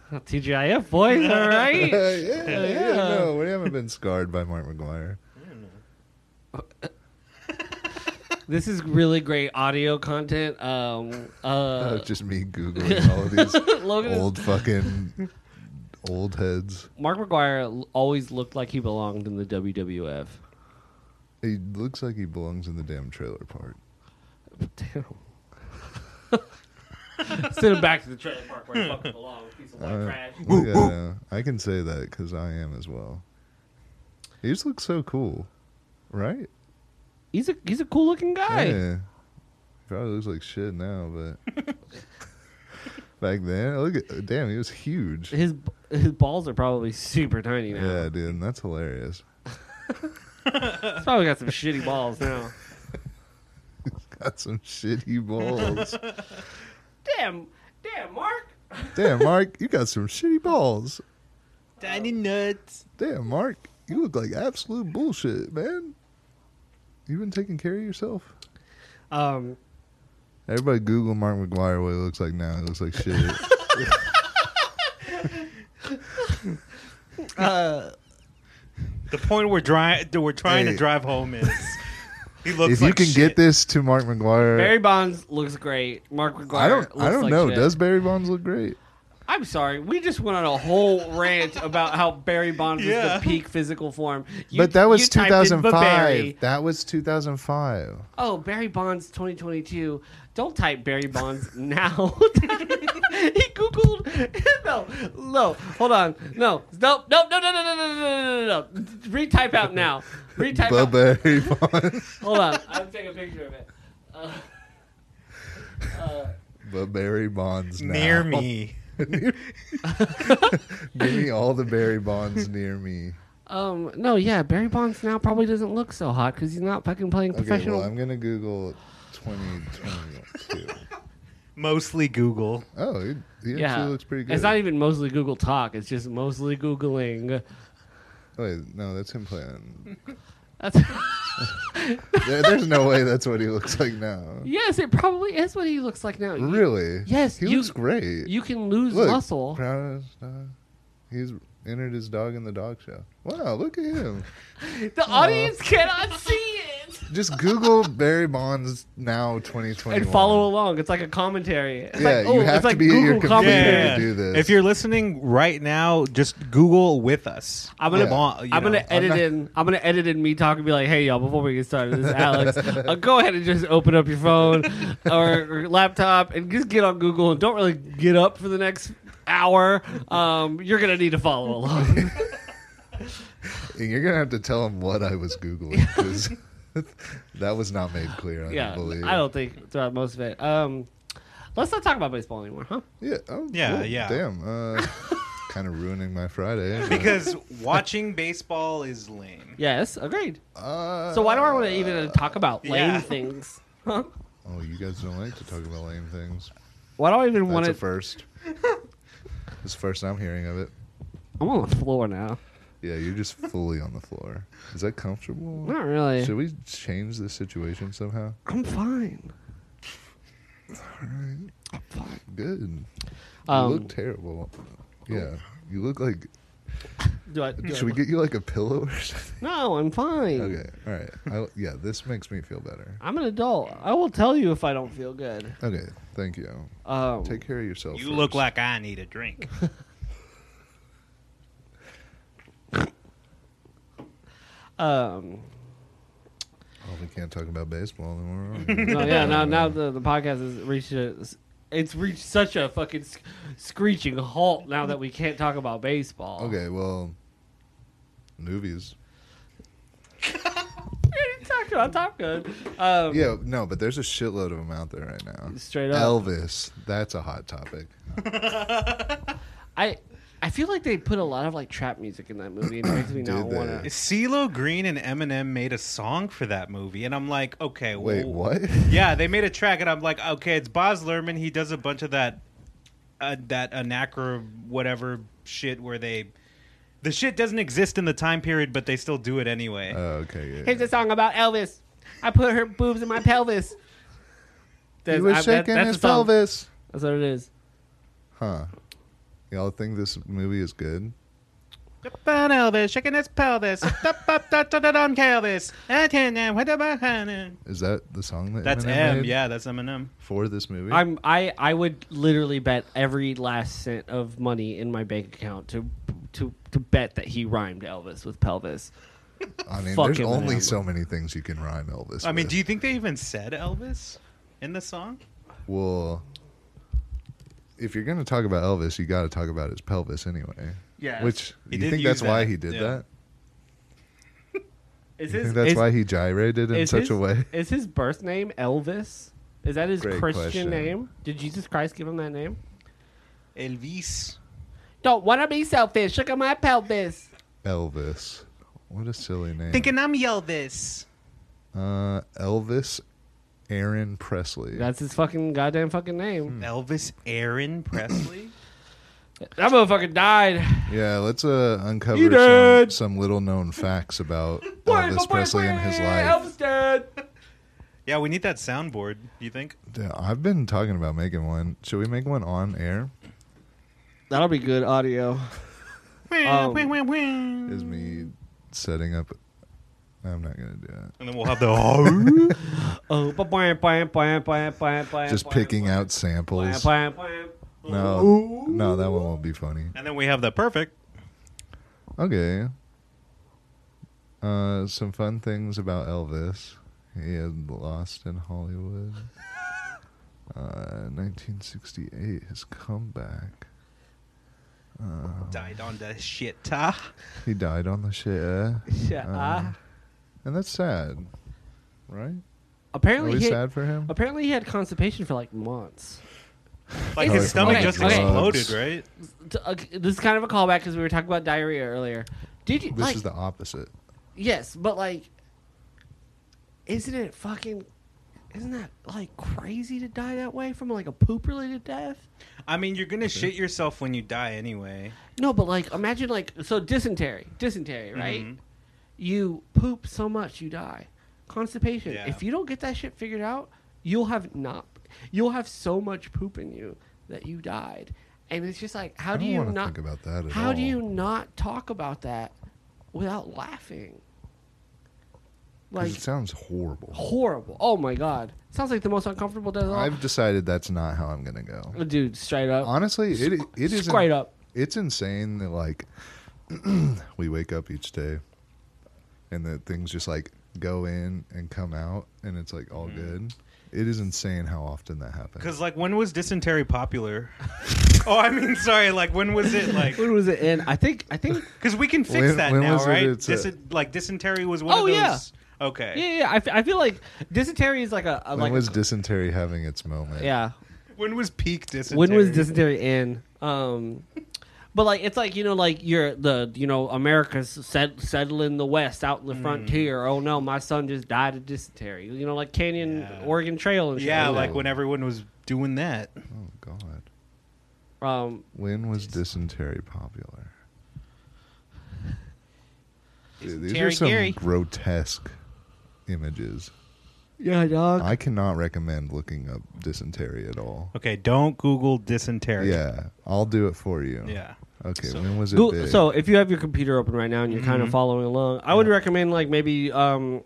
A: TGIF boys, all right.
C: Uh, yeah, yeah,
A: yeah.
C: No, we haven't been scarred by Mark McGuire.
A: This is really great audio content. Um,
C: Oh,
A: uh,
C: just me googling all of these
A: Logan is
C: old fucking old heads.
A: Mark McGuire l- always looked like he belonged in the WWF.
C: He looks like he belongs in the damn trailer park.
A: Damn. Send him back to the trailer park where he fucking belongs. Piece of white
C: Uh,
A: trash.
C: yeah, I can say that because I am as well. He just looks so cool, right?
A: He's a he's a cool looking guy.
C: Yeah. Probably looks like shit now, but back then, look at damn, he was huge.
A: His his balls are probably super tiny now.
C: Yeah, dude, and that's hilarious.
A: He's probably got some shitty balls now.
C: Got some shitty balls.
A: Damn, damn, Mark.
C: damn, Mark, you got some shitty balls.
B: Tiny nuts.
C: Damn, Mark, you look like absolute bullshit, man. You've been taking care of yourself.
A: Um,
C: Everybody Google Mark McGuire what he looks like now. He looks like shit.
B: The point we're dri- that we're trying
C: Hey.
B: to drive home is he looks.
C: if you
B: like
C: can
B: shit.
C: get this to Mark McGuire,
A: Barry Bonds looks great. Mark McGuire.
C: I don't,
A: Looks
C: I don't
A: like
C: know.
A: shit.
C: Does Barry Bonds look great?
A: I'm sorry. We just went on a whole rant about how Barry Bonds
B: Yeah.
A: is the peak physical form. You-
C: but that was
A: you typed in
C: 2005.
A: Barry.
C: That was 2005.
A: Oh, Barry Bonds 2022. Don't type Barry Bonds now. he Googled. No, no. Hold on. No, no, no, no, no, no, no, no, no, no, no, no. Retype out now. Retype
C: But
A: out.
C: Barry Bonds.
A: Hold on. I'm taking a picture of it. Uh, uh,
C: but Barry Bonds now.
B: near me?
C: Give me all the Barry Bonds near me.
A: um, no, yeah, Barry Bonds now probably doesn't look so hot because he's not fucking playing
C: Okay,
A: professional.
C: well, I'm gonna Google 2022.
B: Mostly Google.
C: Oh, he, he actually looks pretty good.
A: It's not even mostly Google Talk. It's just mostly Googling.
C: Wait, no, that's him playing.
A: That's,
C: There- there's no way that's what he looks like now.
A: yes, it probably is what he looks like now. You-
C: Really?
A: Yes,
C: He
A: you-
C: looks great.
A: You can lose
C: Look,
A: muscle.
C: proud of his dog. He's entered his dog in the dog show. Wow, look at him.
A: The audience cannot see it.
C: Just Google Barry Bonds now 2020
A: And follow along. It's like a commentary. It's
C: Yeah,
A: like, oh,
C: you have
A: it's
C: to
A: like
C: be at your
A: Google
C: computer
B: Yeah,
A: commentary.
C: to do this.
B: If you're listening right now, just Google with us.
A: I'm gonna,
C: Yeah.
B: Well, you
A: I'm
B: know.
A: gonna edit
C: not-
A: in, I'm gonna edit in me talking, be like, hey y'all, before we get started, this is Alex. uh, go ahead and just open up your phone or, or laptop and just get on Google and don't really get up for the next hour. Um, you're gonna need to follow along.
C: And you're gonna have to tell him what I was googling because that was not made clear. I
A: yeah,
C: don't believe.
A: I don't think throughout most of it. Um, let's not talk about baseball anymore, huh?
C: Yeah. Oh,
B: Yeah,
C: well,
B: yeah.
C: Damn. Uh, kind of ruining my Friday. but,
B: because watching baseball is lame.
A: Yes, agreed.
C: uh,
A: So why do I want to even talk about lame
B: Yeah.
A: things? Huh?
C: Oh, you guys don't like to talk about lame things.
A: Why do I even
C: That's
A: want to?
C: a first. It's the first I'm hearing of it.
A: I'm on the floor now.
C: Yeah, you're just fully on the floor. Is that comfortable?
A: Not really.
C: Should we change the situation somehow?
A: I'm fine.
C: Good.
A: Um,
C: you look terrible.
B: oh.
C: Yeah, you look like.
A: Do I? do I-
C: Should we get you like a pillow or something?
A: No, I'm fine.
C: Okay, all right. I, yeah, this makes me feel better.
A: I'm an adult. I will tell you if I don't feel good.
C: Okay, thank you.
A: Um,
C: Take care of yourself.
B: You look
C: first.
B: like I need a drink.
A: um,
C: Oh, we can't talk about baseball anymore.
A: no, yeah. Now, now the, the podcast has reached a, it's reached such a fucking sc- screeching halt. Now that we can't talk about baseball.
C: Okay, well, movies.
A: We already talked about Top Gun. Um,
C: Yeah, no, but there's a shitload of them out there right now.
A: Straight up.
C: Elvis, that's a hot topic.
A: I I feel like they put a lot of like trap music in that movie. and It makes me
C: Did
A: not
C: they?
A: want to.
B: CeeLo Green and Eminem made a song for that movie, and I'm like, okay,
C: Wait,
B: well-
C: what?
B: Oh, Yeah, they made a track, and I'm like, okay, it's Boz Lerman. He does a bunch of that, uh, that anacra whatever shit where they, the shit doesn't exist in the time period, but they still do it anyway.
C: Oh, okay, yeah.
A: Here's a song about Elvis. I put her boobs in my pelvis.
C: he was
A: I- that-
C: shaking
A: that's
C: his
A: the song.
C: pelvis.
A: That's what it is.
C: Huh. Y'all think this movie is good?
B: Down Elvis, shaking his pelvis. Up, up, da, da, da, down Elvis. Ah, da, da, wa, da, ba, ha, da.
C: Is that the song that
B: That's
C: Eminem
B: M,
C: made
B: yeah, that's Eminem.
C: for this movie?
A: I'm I I would literally bet every last cent of money in my bank account to to to bet that he rhymed Elvis with pelvis.
C: I mean,
A: fuck
C: there's
A: Eminem.
C: only so many things you can rhyme Elvis.
B: I mean,
C: with.
B: do you think they even said Elvis in the song?
C: well, if you're going to talk about Elvis, you got to talk about his pelvis anyway.
B: Yeah.
C: Which
B: He
C: you
B: did
C: think
B: use
C: that's why
B: that,
C: he did
B: yeah.
C: that?
A: Is
C: You
A: his
C: think that's
A: is-
C: why he gyrated in
A: is
C: such
A: his-
C: a way?
A: Is his birth name Elvis? Is that his
C: Great
A: Christian
C: question.
A: name? Did Jesus Christ give him that name?
B: Elvis.
A: Don't wanna be selfish. Look at my pelvis.
C: Elvis. What a silly name.
B: Thinking I'm Elvis.
C: uh, Elvis Aaron Presley.
A: That's his fucking goddamn fucking name.
B: Elvis Aaron Presley.
A: That motherfucker died.
C: yeah, let's uh,
A: He
C: uncover some,
A: did.
C: some little known facts about
A: Boy,
C: Elvis
A: boy, boy,
C: Presley and his
A: boy,
C: life.
A: Elvis dead.
B: yeah, we need that soundboard. Do you think?
C: Yeah, I've been talking about making one. Should we make one on air?
A: That'll be good audio. Um,
C: Is me setting up. I'm not going to do it.
B: And then we'll have the.
A: Oh, ba- boy, boy, boy, boy, boy, boy,
C: Just
A: boy,
C: picking
A: boy,
C: out
A: boy,
C: samples.
A: boy, boy.
C: No, no, that one won't be funny.
B: and then we have the perfect.
C: Okay. Uh, some fun things about Elvis. He had lost in Hollywood. Uh, 1968, his comeback.
B: Died on the shit, ah.
C: He died on the shit, eh? Um,
A: Shit,
C: Uh,
A: ah.
C: and that's sad, right? Are
A: Apparently
C: we
A: he,
C: sad for him?
A: apparently he had constipation for like months.
B: Like
A: It's-
B: his stomach
A: okay,
B: just
A: okay.
B: exploded, right?
A: T- uh, this is kind of a callback because we were talking about diarrhea earlier. Did you
C: This
A: like?
C: is the opposite.
A: yes, but like, isn't it fucking? Isn't that like crazy to die that way from like a poop related death?
B: I mean, you're gonna shit yourself when you die anyway.
A: No, but like imagine like so dysentery, dysentery, right?
B: Mhm.
A: You poop so much you die. Constipation.
B: Yeah.
A: If you don't get that shit figured out, you'll have not. You'll have so much poop in you that you died, and it's just like how
C: I
A: do
C: don't
A: you
C: want to
A: not
C: think about that at
A: How
C: all.
A: do you not talk about that without laughing?
C: 'Cause
A: Like
C: it sounds horrible.
A: horrible. Oh my god. Sounds like the most uncomfortable death of all.
C: I've decided that's not how I'm gonna go.
A: Dude, straight up.
C: Honestly, it it is
A: straight up.
C: it's insane that like we wake up each day and that things just like go in and come out and it's like
B: Mm-hmm.
C: all good. It is insane how often that happens.
B: Because like, when was dysentery popular? oh, I mean, sorry. Like, when was it like?
A: When was it in? I think I think
B: Because we can fix
C: When-
B: that
C: when
B: now,
C: was it
B: right?
C: it's a-
B: Dysen- like dysentery was one
A: Oh,
B: of those.
A: yeah.
B: Okay.
A: Yeah, yeah. yeah. I, f- I feel like dysentery is like a, a
C: When
A: like a-
C: was dysentery having its moment?
A: yeah.
B: When was peak dysentery?
A: When was dysentery in? Um, but like it's like you know like you're the you know America's set, settling the West out
B: Mm.
A: in the frontier. Oh no, my son just died of dysentery. You know like Canyon
B: Yeah.
A: Oregon Trail and shit.
B: Yeah, like
C: Ooh.
B: when everyone was doing that.
C: Oh God.
A: um,
C: When was dysentery popular? Dude, these are
B: Dysentery
C: some
B: Gary.
C: grotesque images.
A: yeah, dog.
C: I cannot recommend looking up dysentery at all.
B: Okay, don't Google dysentery.
C: Yeah, I'll do it for you.
B: Yeah.
C: Okay.
B: So-
C: when was it?
A: Goo-
C: big?
A: so if you have your computer open right now and you're kind
B: Mm-hmm.
A: of following along, I would recommend like maybe um,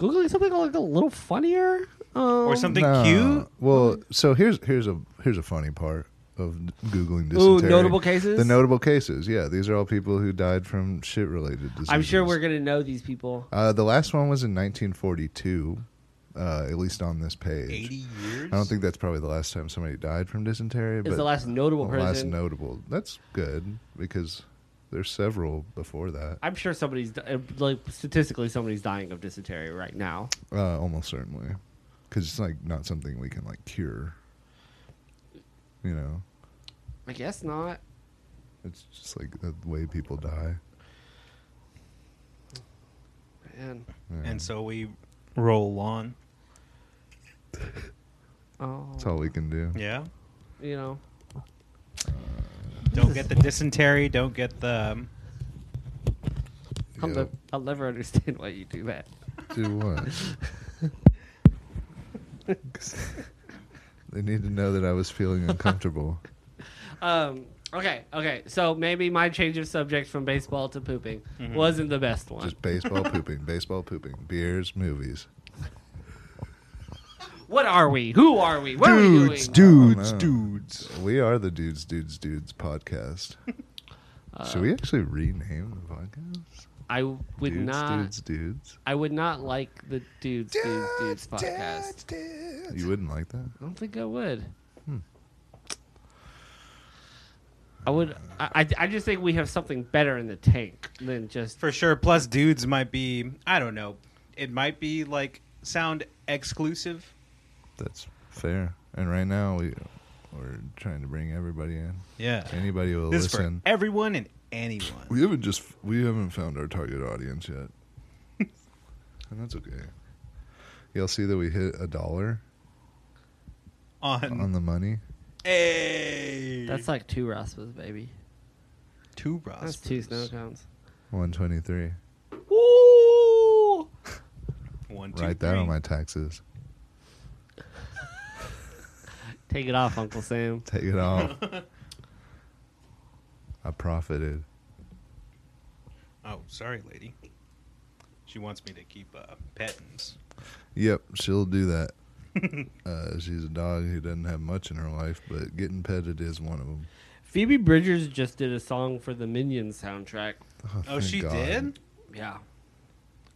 A: googling something like a little funnier um,
B: Or something
C: No.
B: cute.
C: Well, so here's here's a here's a funny part of googling dysentery.
A: Ooh, notable cases.
C: The notable cases. Yeah, these are all people who died from shit related diseases.
A: I'm sure we're gonna know these people.
C: Uh, the last one was in 1942, uh, at least on this page.
B: 80 years?
C: I don't think that's probably the last time somebody died from dysentery.
A: Is
C: but
A: the last notable
C: the last
A: person.
C: notable. That's good because there's several before that.
A: I'm sure somebody's di- uh, like statistically somebody's dying of dysentery right now.
C: Uh, almost certainly, because it's like not something we can like cure. You know,
A: I guess not.
C: it's just like the way people die.
A: Man.
C: Yeah.
B: And so we roll on.
A: Oh,
C: That's all we can do.
B: Yeah.
A: you know.
B: Don't get the dysentery. Don't get the. um,
A: I'll,
C: Yep.
A: ne- I'll never understand why you do that.
C: Do what? they need to know that I was feeling uncomfortable.
A: Um, okay, okay. So maybe my change of subject from baseball to pooping wasn't the best one.
C: Just baseball pooping, baseball pooping, beers, movies.
A: What are we? Who are we? What are we doing?
C: dudes,
B: dudes.
C: We are the Dudes, Dudes, Dudes podcast.
A: Uh,
C: Should we actually rename the podcast?
A: I would
C: dudes,
A: not.
C: Dudes, Dudes.
A: I would not like the dudes, dudes, dudes podcast.
C: You wouldn't like that? Hmm.
A: I don't think I would. I would. I, I- I just think we have something better in the tank than just.
B: for sure. Plus, dudes might be. I don't know. It might be like sound exclusive.
C: That's fair. And right now we we're trying to bring everybody in.
B: Yeah.
C: Anybody will
B: This is for
C: listen.
B: everyone and anyone.
C: we haven't just we haven't found our target audience yet, and that's okay. You'll see that we hit a dollar
B: On
C: on the money.
B: hey,
D: That's like two raspas, baby.
B: two
A: That's
B: Ross.
A: two snow cones.
C: One twenty three.
A: Woo!
B: One, two,
C: Write that on
B: three.
C: my taxes.
A: Take it off, Uncle Sam.
C: Take it off. I profited.
B: Oh, sorry, lady. She wants me to keep uh, pettins.
C: Yep, she'll do that. uh, she's a dog who doesn't have much in her life, but getting petted is one of them.
A: Phoebe Bridgers just did a song for the Minions soundtrack.
B: Oh, she did.
A: Yeah.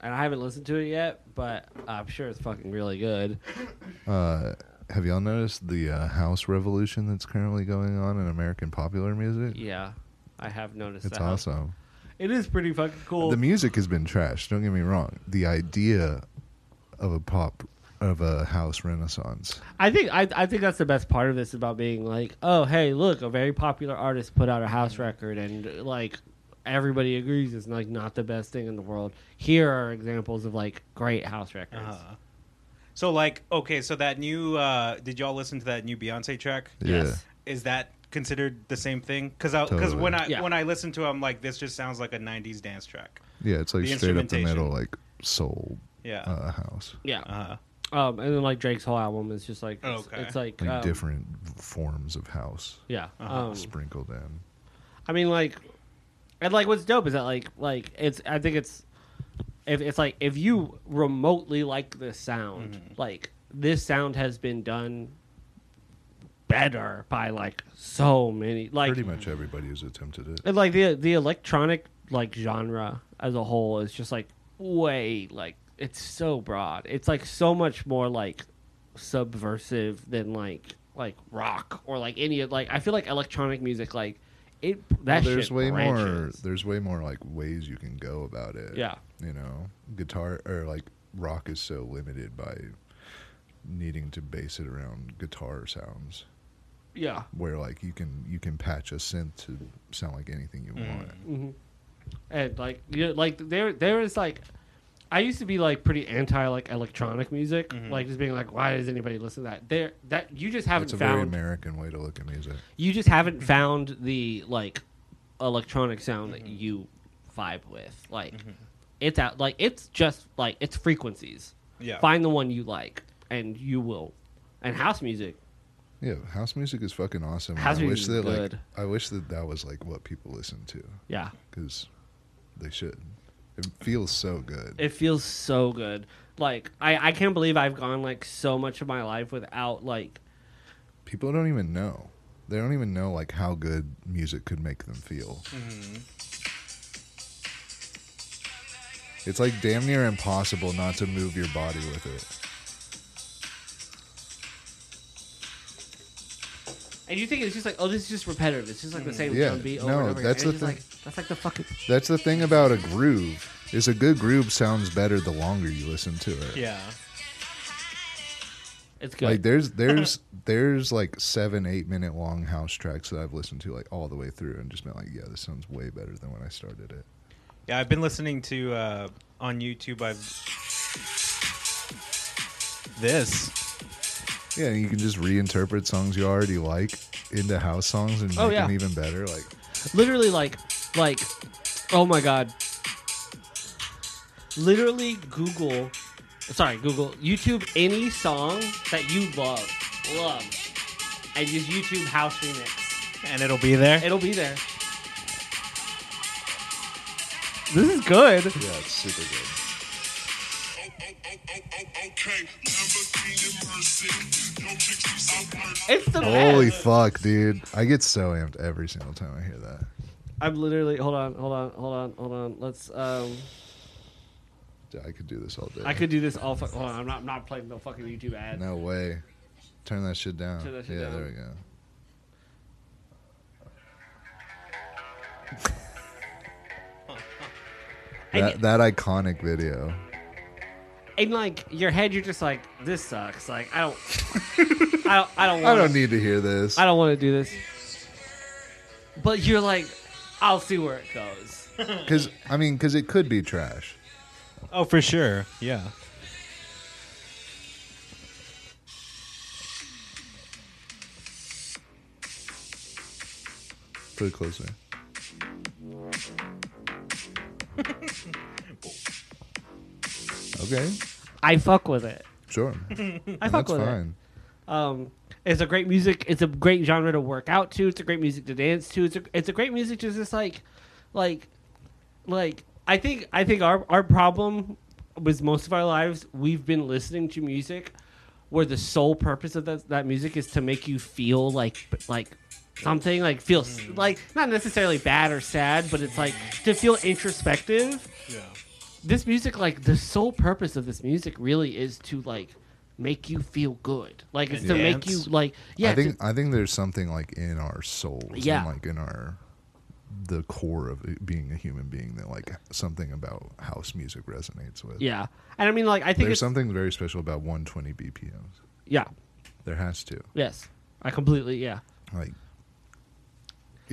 A: And I haven't listened to it yet, but I'm sure it's fucking really good.
C: Uh, have y'all noticed the uh, house revolution that's currently going on in American popular music?
A: Yeah. I have noticed
C: it's
A: that.
C: awesome.
A: It is pretty fucking cool.
C: The music has been trash. Don't get me wrong. The idea of a pop of a house renaissance.
A: I think I, I think that's the best part of this about being like, oh hey, look, a very popular artist put out a house record and like everybody agrees it's like not the best thing in the world. Here are examples of like great house records.
B: Uh-huh. So, like, okay, so that new. Uh, did y'all listen to that new Beyonce track?
A: Yes.
B: Is that considered the same thing? Because because
C: Totally.
B: when I
A: Yeah.
B: when I listen to, it, I'm like, this just sounds like a '90s dance track.
C: Yeah, yeah. It's like
B: The
C: straight up the
B: instrumentation.
C: middle, like soul
B: Yeah.
C: uh, house,
A: Yeah.
B: Uh-huh.
A: Um and then like Drake's whole album is just like it's,
B: Okay.
A: it's like,
C: like
A: um,
C: different forms of house
A: Yeah.
B: Uh-huh.
A: Um,
C: sprinkled in.
A: I mean, like, and like, what's dope is that like, like it's. I think it's, if it's like if you remotely like this sound, like this sound has been done better by like so many, like,
C: Pretty much everybody has attempted it.
A: and like the the electronic like genre as a whole is just like way like it's so broad. It's like so much more like subversive than like like rock or like any of like I feel like electronic music like it that
C: there's
A: shit
C: way more.
A: branches.
C: There's way more like ways you can go about it.
A: Yeah.
C: you know, guitar or like rock is so limited by needing to base it around guitar sounds,
A: yeah.
C: where like you can you can patch a synth to sound like anything you
A: Mm.
C: want.
A: and like you know, like there there is like I used to be like pretty anti like electronic music, like just being like, why does anybody listen to that? There that you just haven't
C: That's a very
A: found
C: American way to look at music.
A: you just haven't found the like electronic sound that you vibe with. Like it's out like it's just like it's frequencies.
B: Yeah.
A: Find the one you like and you will. And house music.
C: Yeah, house music is fucking awesome. and
A: House
C: I
A: music is
C: wish that
A: good.
C: like I wish that that was like what people listen to
A: Yeah.
C: because they should. It feels so good.
A: It feels so good. Like I, I can't believe I've gone like so much of my life without like
C: people don't even know. They don't even know like how good music could make them feel.
A: Mm-hmm.
C: It's like damn near impossible not to move your body with it.
A: And you think it's just like, oh, this is just repetitive. It's just like the same
C: Yeah,
A: drum beat over
C: no,
A: and over.
C: that's
A: again.
C: the
A: It's just Like, that's like the fucking.
C: That's the thing about a groove. Is a good groove sounds better the longer you listen to it.
B: Yeah.
A: It's good.
C: Like there's there's there's like seven eight minute long house tracks that I've listened to like all the way through and just been like yeah this sounds way better than when I started it.
B: Yeah, I've been listening to uh, on YouTube. I've this.
C: Yeah, and you can just reinterpret songs you already like into house songs and
A: Oh,
C: make
A: yeah.
C: them even better. Like
A: Literally, like, like, oh my god. Literally, Google, sorry, Google, YouTube any song that you love, love, and just YouTube house remix.
B: and it'll be there.
A: It'll be there. This is good.
C: yeah, it's super good.
A: It's the
C: Holy
A: best.
C: fuck, dude. I get so amped every single time I hear that.
A: I'm literally. Hold on. Hold on. Hold on. Hold on. Let's. um...
C: Dude, I could do this all day.
A: I could do this all. Fuck, hold on, I'm not, I'm not playing the fucking YouTube ad.
C: No way. Turn that shit down.
A: Turn that shit
C: yeah,
A: down.
C: there we go. That, that iconic video.
A: in like your head, you're just like, this sucks. Like I don't, I don't, I don't,
C: I
A: want
C: don't need to hear this.
A: I don't want to do this. But you're like, I'll see where it goes.
C: Because I mean, because it could be trash.
B: Oh, for sure. Yeah.
C: Put it closer. okay,
A: I fuck with it.
C: sure.
A: I fuck
C: That's
A: with it.
C: fine.
A: Um, it's a great music. It's a great genre to work out to. It's a great music to dance to. It's a it's a great music to just like, like, like I think I think our our problem was most of our lives we've been listening to music where the sole purpose of that that music is to make you feel like like something like feel s like not necessarily bad or sad but it's like to feel introspective
B: Yeah.
A: this music like the sole purpose of this music really is to like make you feel good like it's to make you
B: Dance.
A: like yeah
C: I
A: to-
C: think I think there's something like in our souls,
A: Yeah.
C: and like in our the core of it being a human being that like something about house music resonates with.
A: yeah and i mean like i think
C: there's
A: it's,
C: something very special about 120 BPMs.
A: yeah
C: There has to
A: yes i completely yeah
C: like. it-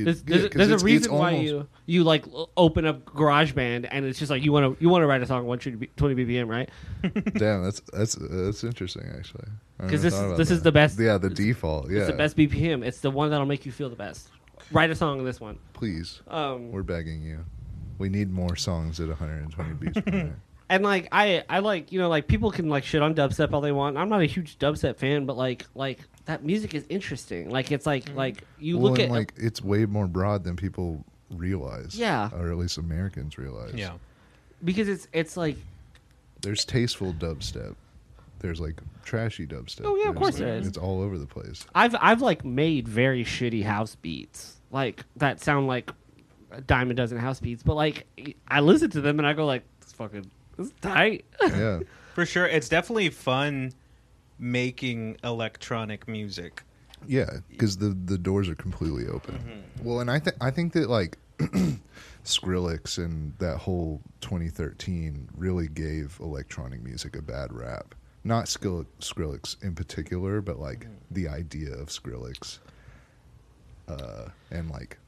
A: there's, there's,
C: yeah, 'cause
A: there's
C: it's-
A: a
C: it's
A: reason why
C: almost-
A: you you like l- open up garageband and it's just like you want to you want to write a song at 120 bbm right
C: Damn, that's that's that's interesting actually. I never
A: 'Cause this
C: thought
A: is-
C: about
A: this is
C: that.
A: the best-
C: Yeah, the default. Yeah,
A: it's the best bpm it's the one that'll make you feel the best write a song on this one
C: Please,
A: um
C: we're begging you. We need more songs at 120 beats per minute.
A: and like I, I like you know like people can like shit on dubstep all they want. I'm not a huge dubstep fan, but like like that music is interesting. Like it's like like you
C: well,
A: look
C: and,
A: at
C: like it's way more broad than people realize.
A: Yeah.
C: or at least Americans realize.
B: Yeah.
A: because it's it's like
C: there's tasteful dubstep. There's like trashy dubstep.
A: Oh, yeah, of
C: There's,
A: course
C: like-
A: there is.
C: It's all over the place.
A: I've I've like made very shitty house beats like that sound like a dime a dozen house beats, but like I listen to them and I go like this fucking this is tight.
C: Yeah,
B: For sure. It's definitely fun making electronic music.
C: yeah, because the the doors are completely open. Well, and I think I think that like Skrillex and that whole 2013 really gave electronic music a bad rap. Not Skrill- Skrillex in particular, but like the idea of Skrillex, uh, and like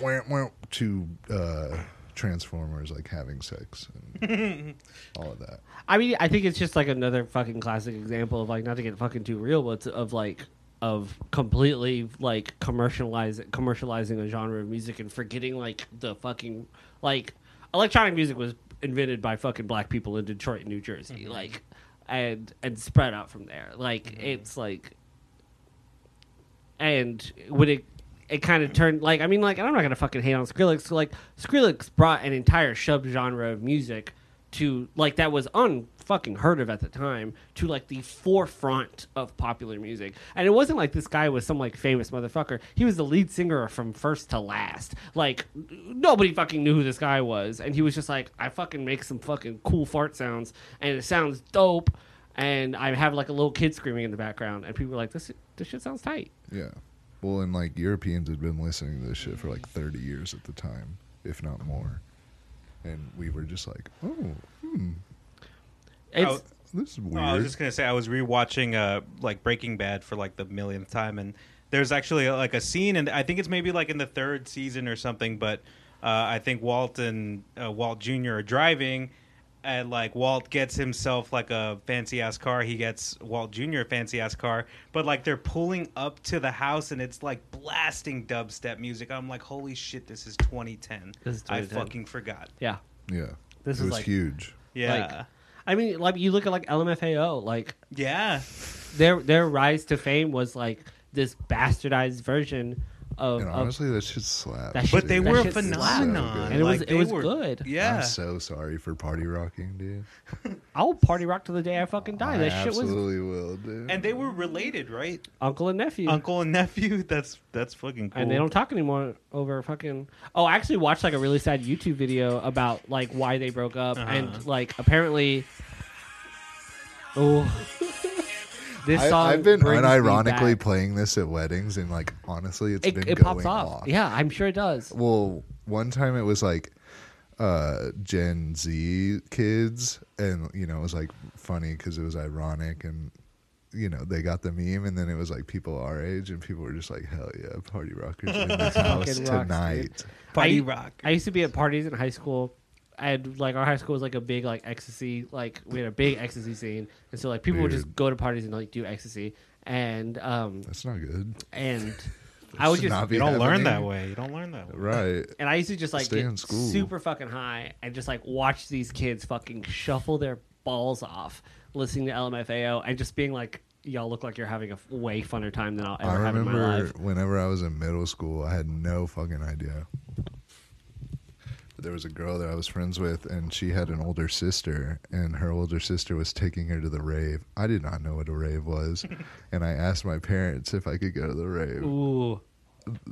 C: wah, wah, to uh, Transformers like having sex and all of that.
A: I mean, I think it's just like another fucking classic example of like not to get fucking too real, but of like of completely like commercialize commercializing a genre of music and forgetting like the fucking like electronic music was invented by fucking black people in Detroit, and New Jersey, like and and spread out from there. Like it's like and when it it kind of turned like I mean like and I'm not gonna fucking hate on Skrillex. So, like Skrillex brought an entire subgenre of music to like that was unfucking heard of at the time to like the forefront of popular music. And it wasn't like this guy was some like famous motherfucker. He was the lead singer from first to last. Like n- nobody fucking knew who this guy was, and he was just like I fucking make some fucking cool fart sounds, and it sounds dope. And I have like a little kid screaming in the background, and people are like, "This this shit sounds tight."
C: Yeah. Well, and like Europeans had been listening to this shit for like 30 years at the time, if not more. And we were just like, oh,
A: It's,
B: Oh,
C: this is
B: Oh,
C: weird.
B: I was just gonna say I was rewatching uh like Breaking Bad for like the millionth time, and there's actually uh, like a scene, and I think it's maybe like in the third season or something, but uh, I think Walt and uh, Walt Jr. are driving. And like Walt gets himself like a fancy ass car, he gets Walt Jr. a fancy ass car, but like they're pulling up to the house and it's like blasting dubstep music. I'm like, holy shit, this is 2010.
A: This is
B: I
A: 2010.
B: fucking forgot.
A: yeah.
C: yeah.
A: This is
C: it was
A: like-
C: huge.
B: Yeah,
A: Like, I mean, like you look at like LMFAO, like
B: yeah,
A: their their rise to fame was like this bastardized version of,
C: And
A: of-
C: honestly, that shit slapped.
A: That shit-
B: but they were a
A: shit slaps.
B: phenomenon.
A: and it was it
B: Like, they
A: was
B: were-
A: good.
B: Yeah.
C: I'm so sorry for party rocking, dude.
A: I'll party rock to the day I fucking die.
C: I
A: That shit was
C: absolutely will, dude.
B: and they were related, right?
A: uncle and nephew.
C: Mm.
B: Uncle and nephew. That's that's fucking cool.
A: and they don't talk anymore over fucking oh i actually watched like a really sad youtube video about like why they broke up
B: Uh-huh.
A: and like apparently oh this
C: I,
A: song
C: I've been
A: brings me
C: unironically
A: back.
C: playing this at weddings, and like honestly, it's
A: it,
C: been
A: it
C: going
A: pops
C: off.
A: off yeah i'm sure it does
C: Well, one time it was like uh Gen Z kids and you know it was like funny cuz it was ironic and you know they got the meme and then it was like people our age and people were just like hell yeah party rockers in this house
A: Fucking rocks,
C: tonight.
B: Party
A: I-
B: rock.
A: I used to be at parties in high school. I had like our high school was like a big like ecstasy like we had a big ecstasy scene, and so like people would just
C: Weird.
A: go to parties and like do ecstasy, and um
C: That's not good.
A: and I would just
C: Should not be
B: You don't learn that
C: happening.
B: way. You don't learn that way.
C: Right.
A: and I used to just like
C: Stay
A: get
C: in school.
A: super fucking high and just like watch these kids fucking shuffle their balls off listening to LMFAO and just being like, y'all look like you're having a f- way funner time than I'll
C: I
A: ever have in my
C: remember
A: life.
C: whenever I was in middle school, I had no fucking idea. But there was a girl that I was friends with, and she had an older sister, and her older sister was taking her to the rave. I did not know what a rave was, and I asked my parents if I could go to the rave.
A: Ooh,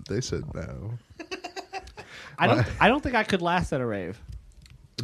C: They said no.
A: I don't, I don't think I could last at a rave,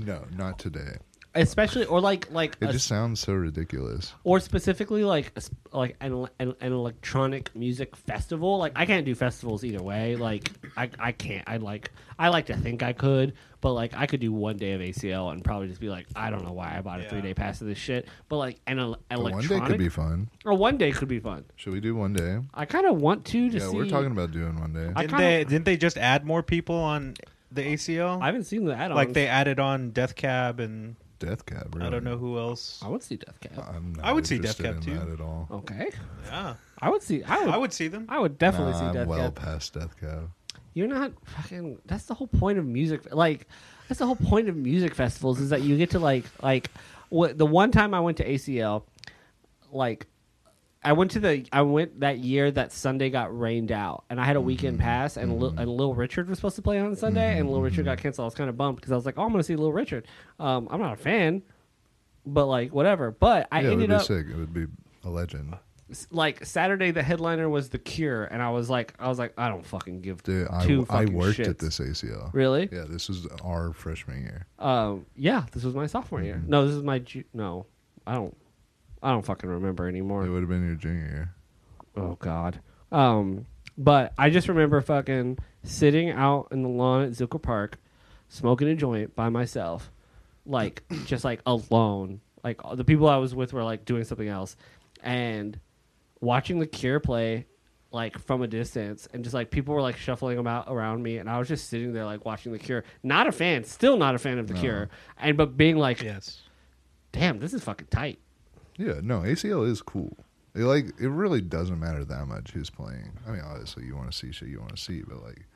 C: No, not today.
A: especially or like like
C: It
A: a-
C: just sounds so ridiculous.
A: or specifically like a s- like an, an, an electronic music festival like i can't do festivals either way like I, I can't i like i like to think i could but like i could do one day of acl and probably just be like i don't know why i bought a
B: Yeah.
A: three day pass to this shit but like an el-
C: But
A: electronic
C: One day could be fun.
A: or one day could be fun
C: Should we do one day?
A: i kind of want to to
C: yeah,
A: see
C: we're talking about doing one day.
A: I
B: Didn't
A: kinda-
B: they? Didn't they just add more people on the ACL?
A: i haven't seen the add-on
B: like they added on Death Cab and
C: Death Cab.
B: I
C: really.
B: don't know who else.
A: i would see death cab
C: I'm not
B: I would see Death
C: interested
B: Cab
C: in
B: too.
C: that at all.
A: okay
B: Yeah,
A: i would see i would
B: I would see them.
A: Oh. I would definitely
C: Nah,
A: see
C: I'm
A: death
C: well
A: cab
C: past Death Cab.
A: You're not fucking. That's the whole point of music. Like, that's the whole point of music festivals is that you get to like like what the one time I went to ACL, like. I went to the I went that year that Sunday got rained out and I had a
C: Mm-hmm.
A: weekend pass and Lil, and Lil Richard was supposed to play on Sunday and Lil Richard
C: Mm-hmm.
A: got canceled. I was kind of bummed because I was like, oh, I'm gonna see Lil Richard. Um, I'm not a fan, but like whatever. But I
C: yeah, it would
A: ended
C: be
A: up
C: sick. It would be a legend.
A: s- like Saturday the headliner was The Cure and I was like I was like I don't fucking give
C: Dude, I,
A: two
C: I
A: fucking
C: worked
A: shits.
C: at this ACL.
A: Really?
C: Yeah, this was our freshman year.
A: Um, yeah, this was my sophomore year. No, this is my ju- no. I don't. I don't fucking remember
C: It
A: anymore.
C: would have been your junior year.
A: Oh God. Um, but I just remember fucking sitting out in the lawn at Zucker Park, smoking a joint by myself, like just like alone. Like all the people I was with were like doing something else, and watching the Cure play like from a distance, and just like people were like shuffling about around me, and I was just sitting there like watching the Cure. Not a fan, still not a fan of the
C: No.
A: Cure, and but being like,
B: Yes.
A: damn, this is fucking tight.
C: Yeah, no, ACL is cool. It, like, it really doesn't matter that much who's playing. I mean, obviously, you want to see shit you want to see, but like,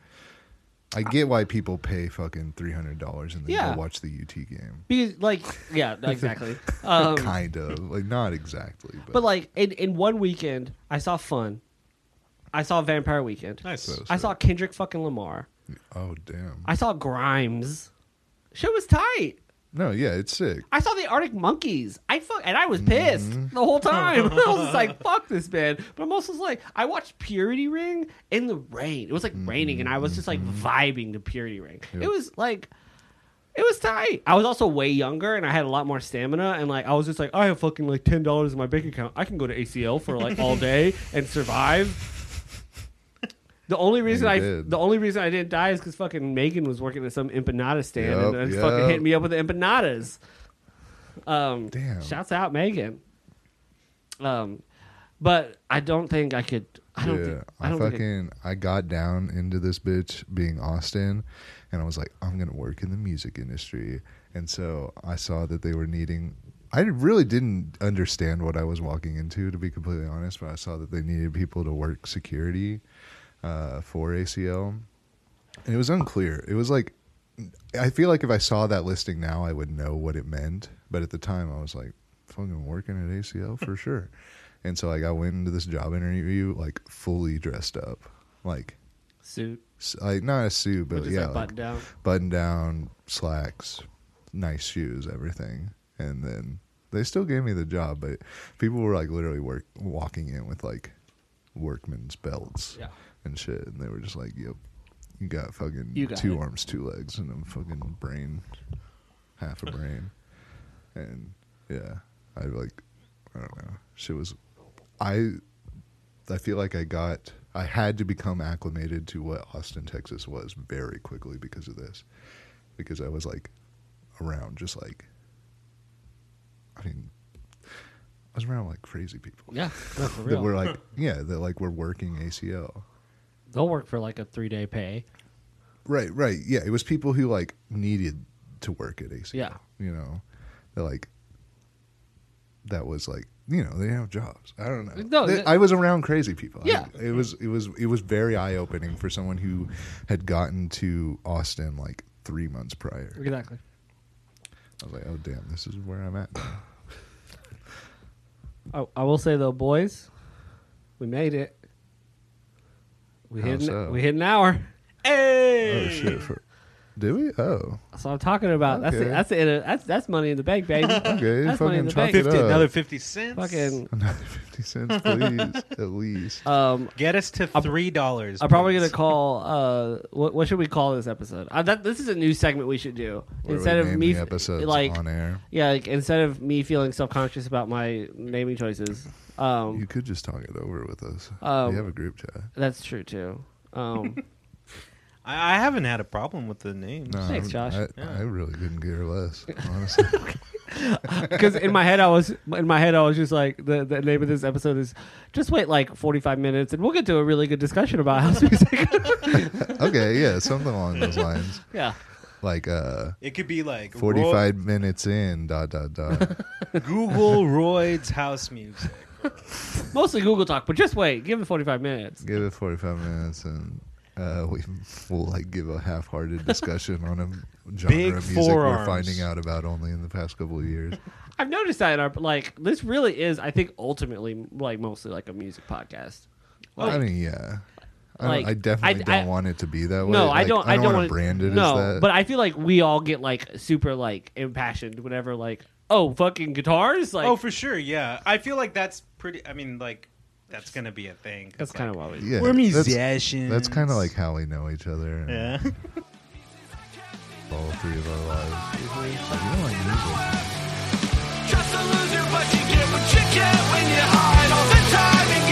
C: I get why people pay fucking three hundred dollars and then
A: Yeah.
C: go watch the UT game.
A: Because like, yeah, exactly. Um,
C: kind of, like, not exactly, but,
A: But like in, in one weekend, I saw Fun, I saw Vampire Weekend,
B: Nice.
C: So-
A: I saw Kendrick fucking Lamar,
C: oh damn,
A: I saw Grimes. Shit was tight.
C: no, yeah, it's sick.
A: I saw the Arctic Monkeys. I fuck, and I was pissed
C: Mm-hmm.
A: the whole time. I was just like, "Fuck this band," but I'm also just like, I watched Purity Ring in the rain. It was like raining, and I was just like vibing to Purity Ring.
C: Mm-hmm. Yep.
A: It was like, it was tight. I was also way younger, and I had a lot more stamina, and like I was just like, I have fucking like ten dollars in my bank account. I can go to ACL for like all day and survive. The only reason
C: you
A: I
C: did.
A: the only reason I didn't die is because fucking Megan was working at some empanada stand and,
C: Yep,
A: and fucking
C: yep.
A: hit me up with the empanadas. Um,
C: Damn.
A: Shouts out Megan. Um, but I don't think I could. I don't.
C: yeah,
A: think, I
C: I,
A: don't think I-
C: fucking I got down into this bitch being Austin, and I was like, I'm gonna work in the music industry, and so I saw that they were needing. I really didn't understand what I was walking into, to be completely honest, but I saw that they needed people to work security uh, for ACL, and it was unclear. It was like, I feel like if I saw that listing now, I would know what it meant. But at the time, I was like, fucking working at ACL for sure. And so, like, I went into this job interview, like, fully dressed up. Like,
A: suit,
C: s- like not a suit, but
A: which is
C: yeah,
A: like
C: like,
A: button down.
C: button down, slacks, nice shoes, everything. And then they still gave me the job, but people were like literally work walking in with like workman's belts
A: Yeah.
C: and shit, and they were just like, "Yep, you got fucking
A: You got
C: two
A: it."
C: arms, two legs, and a fucking brain, half a brain." and yeah, I like, I don't know. Shit was, I, I feel like I got I had to become acclimated to what Austin, Texas was very quickly because of this. Because I was like around just like I mean I was around like crazy people.
A: Yeah, no, for
C: That
A: real.
C: were like yeah, that like were working ACL.
A: They'll work for like a three day pay.
C: Right, right. Yeah, it was people who like needed to work at ACL.
A: Yeah.
C: you know, that like that was like you know they have jobs. I don't know.
A: No,
C: They-
A: that-
C: I was around crazy people. I-
A: Yeah.
C: it was it was it was very eye opening for someone who had gotten to Austin like three months prior.
D: Exactly.
C: I was like, oh damn, this is where I'm at. now.
D: I, I will say though, boys,
A: We made it. We
C: How
A: hit an,
C: so?
A: we hit an hour.
B: Hey!
C: oh shit, for, did we? Oh,
A: That's what I'm talking about. That's the,
C: Okay.
A: that's the, that's that's money in the bank, baby.
C: okay.
A: That's money in
C: fucking
A: the
C: chop
A: bank.
C: it
B: 50,
C: up.
B: another 50 cents.
A: Fucking
C: Another fifty cents, please, at least.
A: um,
B: Get us to $3.
A: I'm probably
B: please.
A: gonna call. Uh, what, what should we call this episode? Uh, that, this is a new segment we should do
C: Where we
A: instead of
C: name
A: me
C: the
A: f-
C: episodes
A: like
C: on air.
A: yeah, like instead of me feeling self conscious about my naming choices.
C: You
A: Um,
C: could just talk it over with us.
A: Um,
C: we have a group chat.
A: that's true too. Um,
B: I, I haven't had a problem with the names.
C: No,
A: Thanks,
C: I'm-
A: Josh.
C: I,
B: Yeah.
C: I really couldn't care less, honestly.
A: Because in my head, I was in my head, I was just like the, the name of this episode is just wait like forty five minutes, and we'll get to a really good discussion about house music.
C: okay, yeah, something along those lines.
A: yeah,
C: Like uh,
B: It could be like Roy-
C: 45 minutes in, dot, dot, dot.
B: Google Royd's house music.
A: mostly Google Talk, but just wait, give it forty five minutes.
C: give it 45 minutes and uh, we will like give a half-hearted discussion on a genre
B: Big
C: of music
B: forearms.
C: we're finding out about only in the past couple of years.
A: I've noticed that in our like this really is, I think, ultimately like mostly like a music podcast.
C: I
A: Like-
C: mean, yeah. I,
A: like,
C: don't, I definitely
A: I-
C: don't
A: I-
C: want it to be that way.
A: no, I
C: Like,
A: don't.
C: I don't, want
A: wanna-
C: to brand it
A: no,
C: as that.
A: but I feel like we all get like super like impassioned whenever like oh fucking guitars like
B: oh, for sure. Yeah. I feel like that's pretty. I mean, like, that's going to be a thing. 'cause,
A: that's kind of
B: like,
A: what we.
C: yeah,
B: We're
C: that's-
B: musicians.
C: That's, kind of like how we know each other. and
B: Yeah.
C: All three of our lives. You don't like music.
E: Trust a loser, but you get what you get when you hide all the time and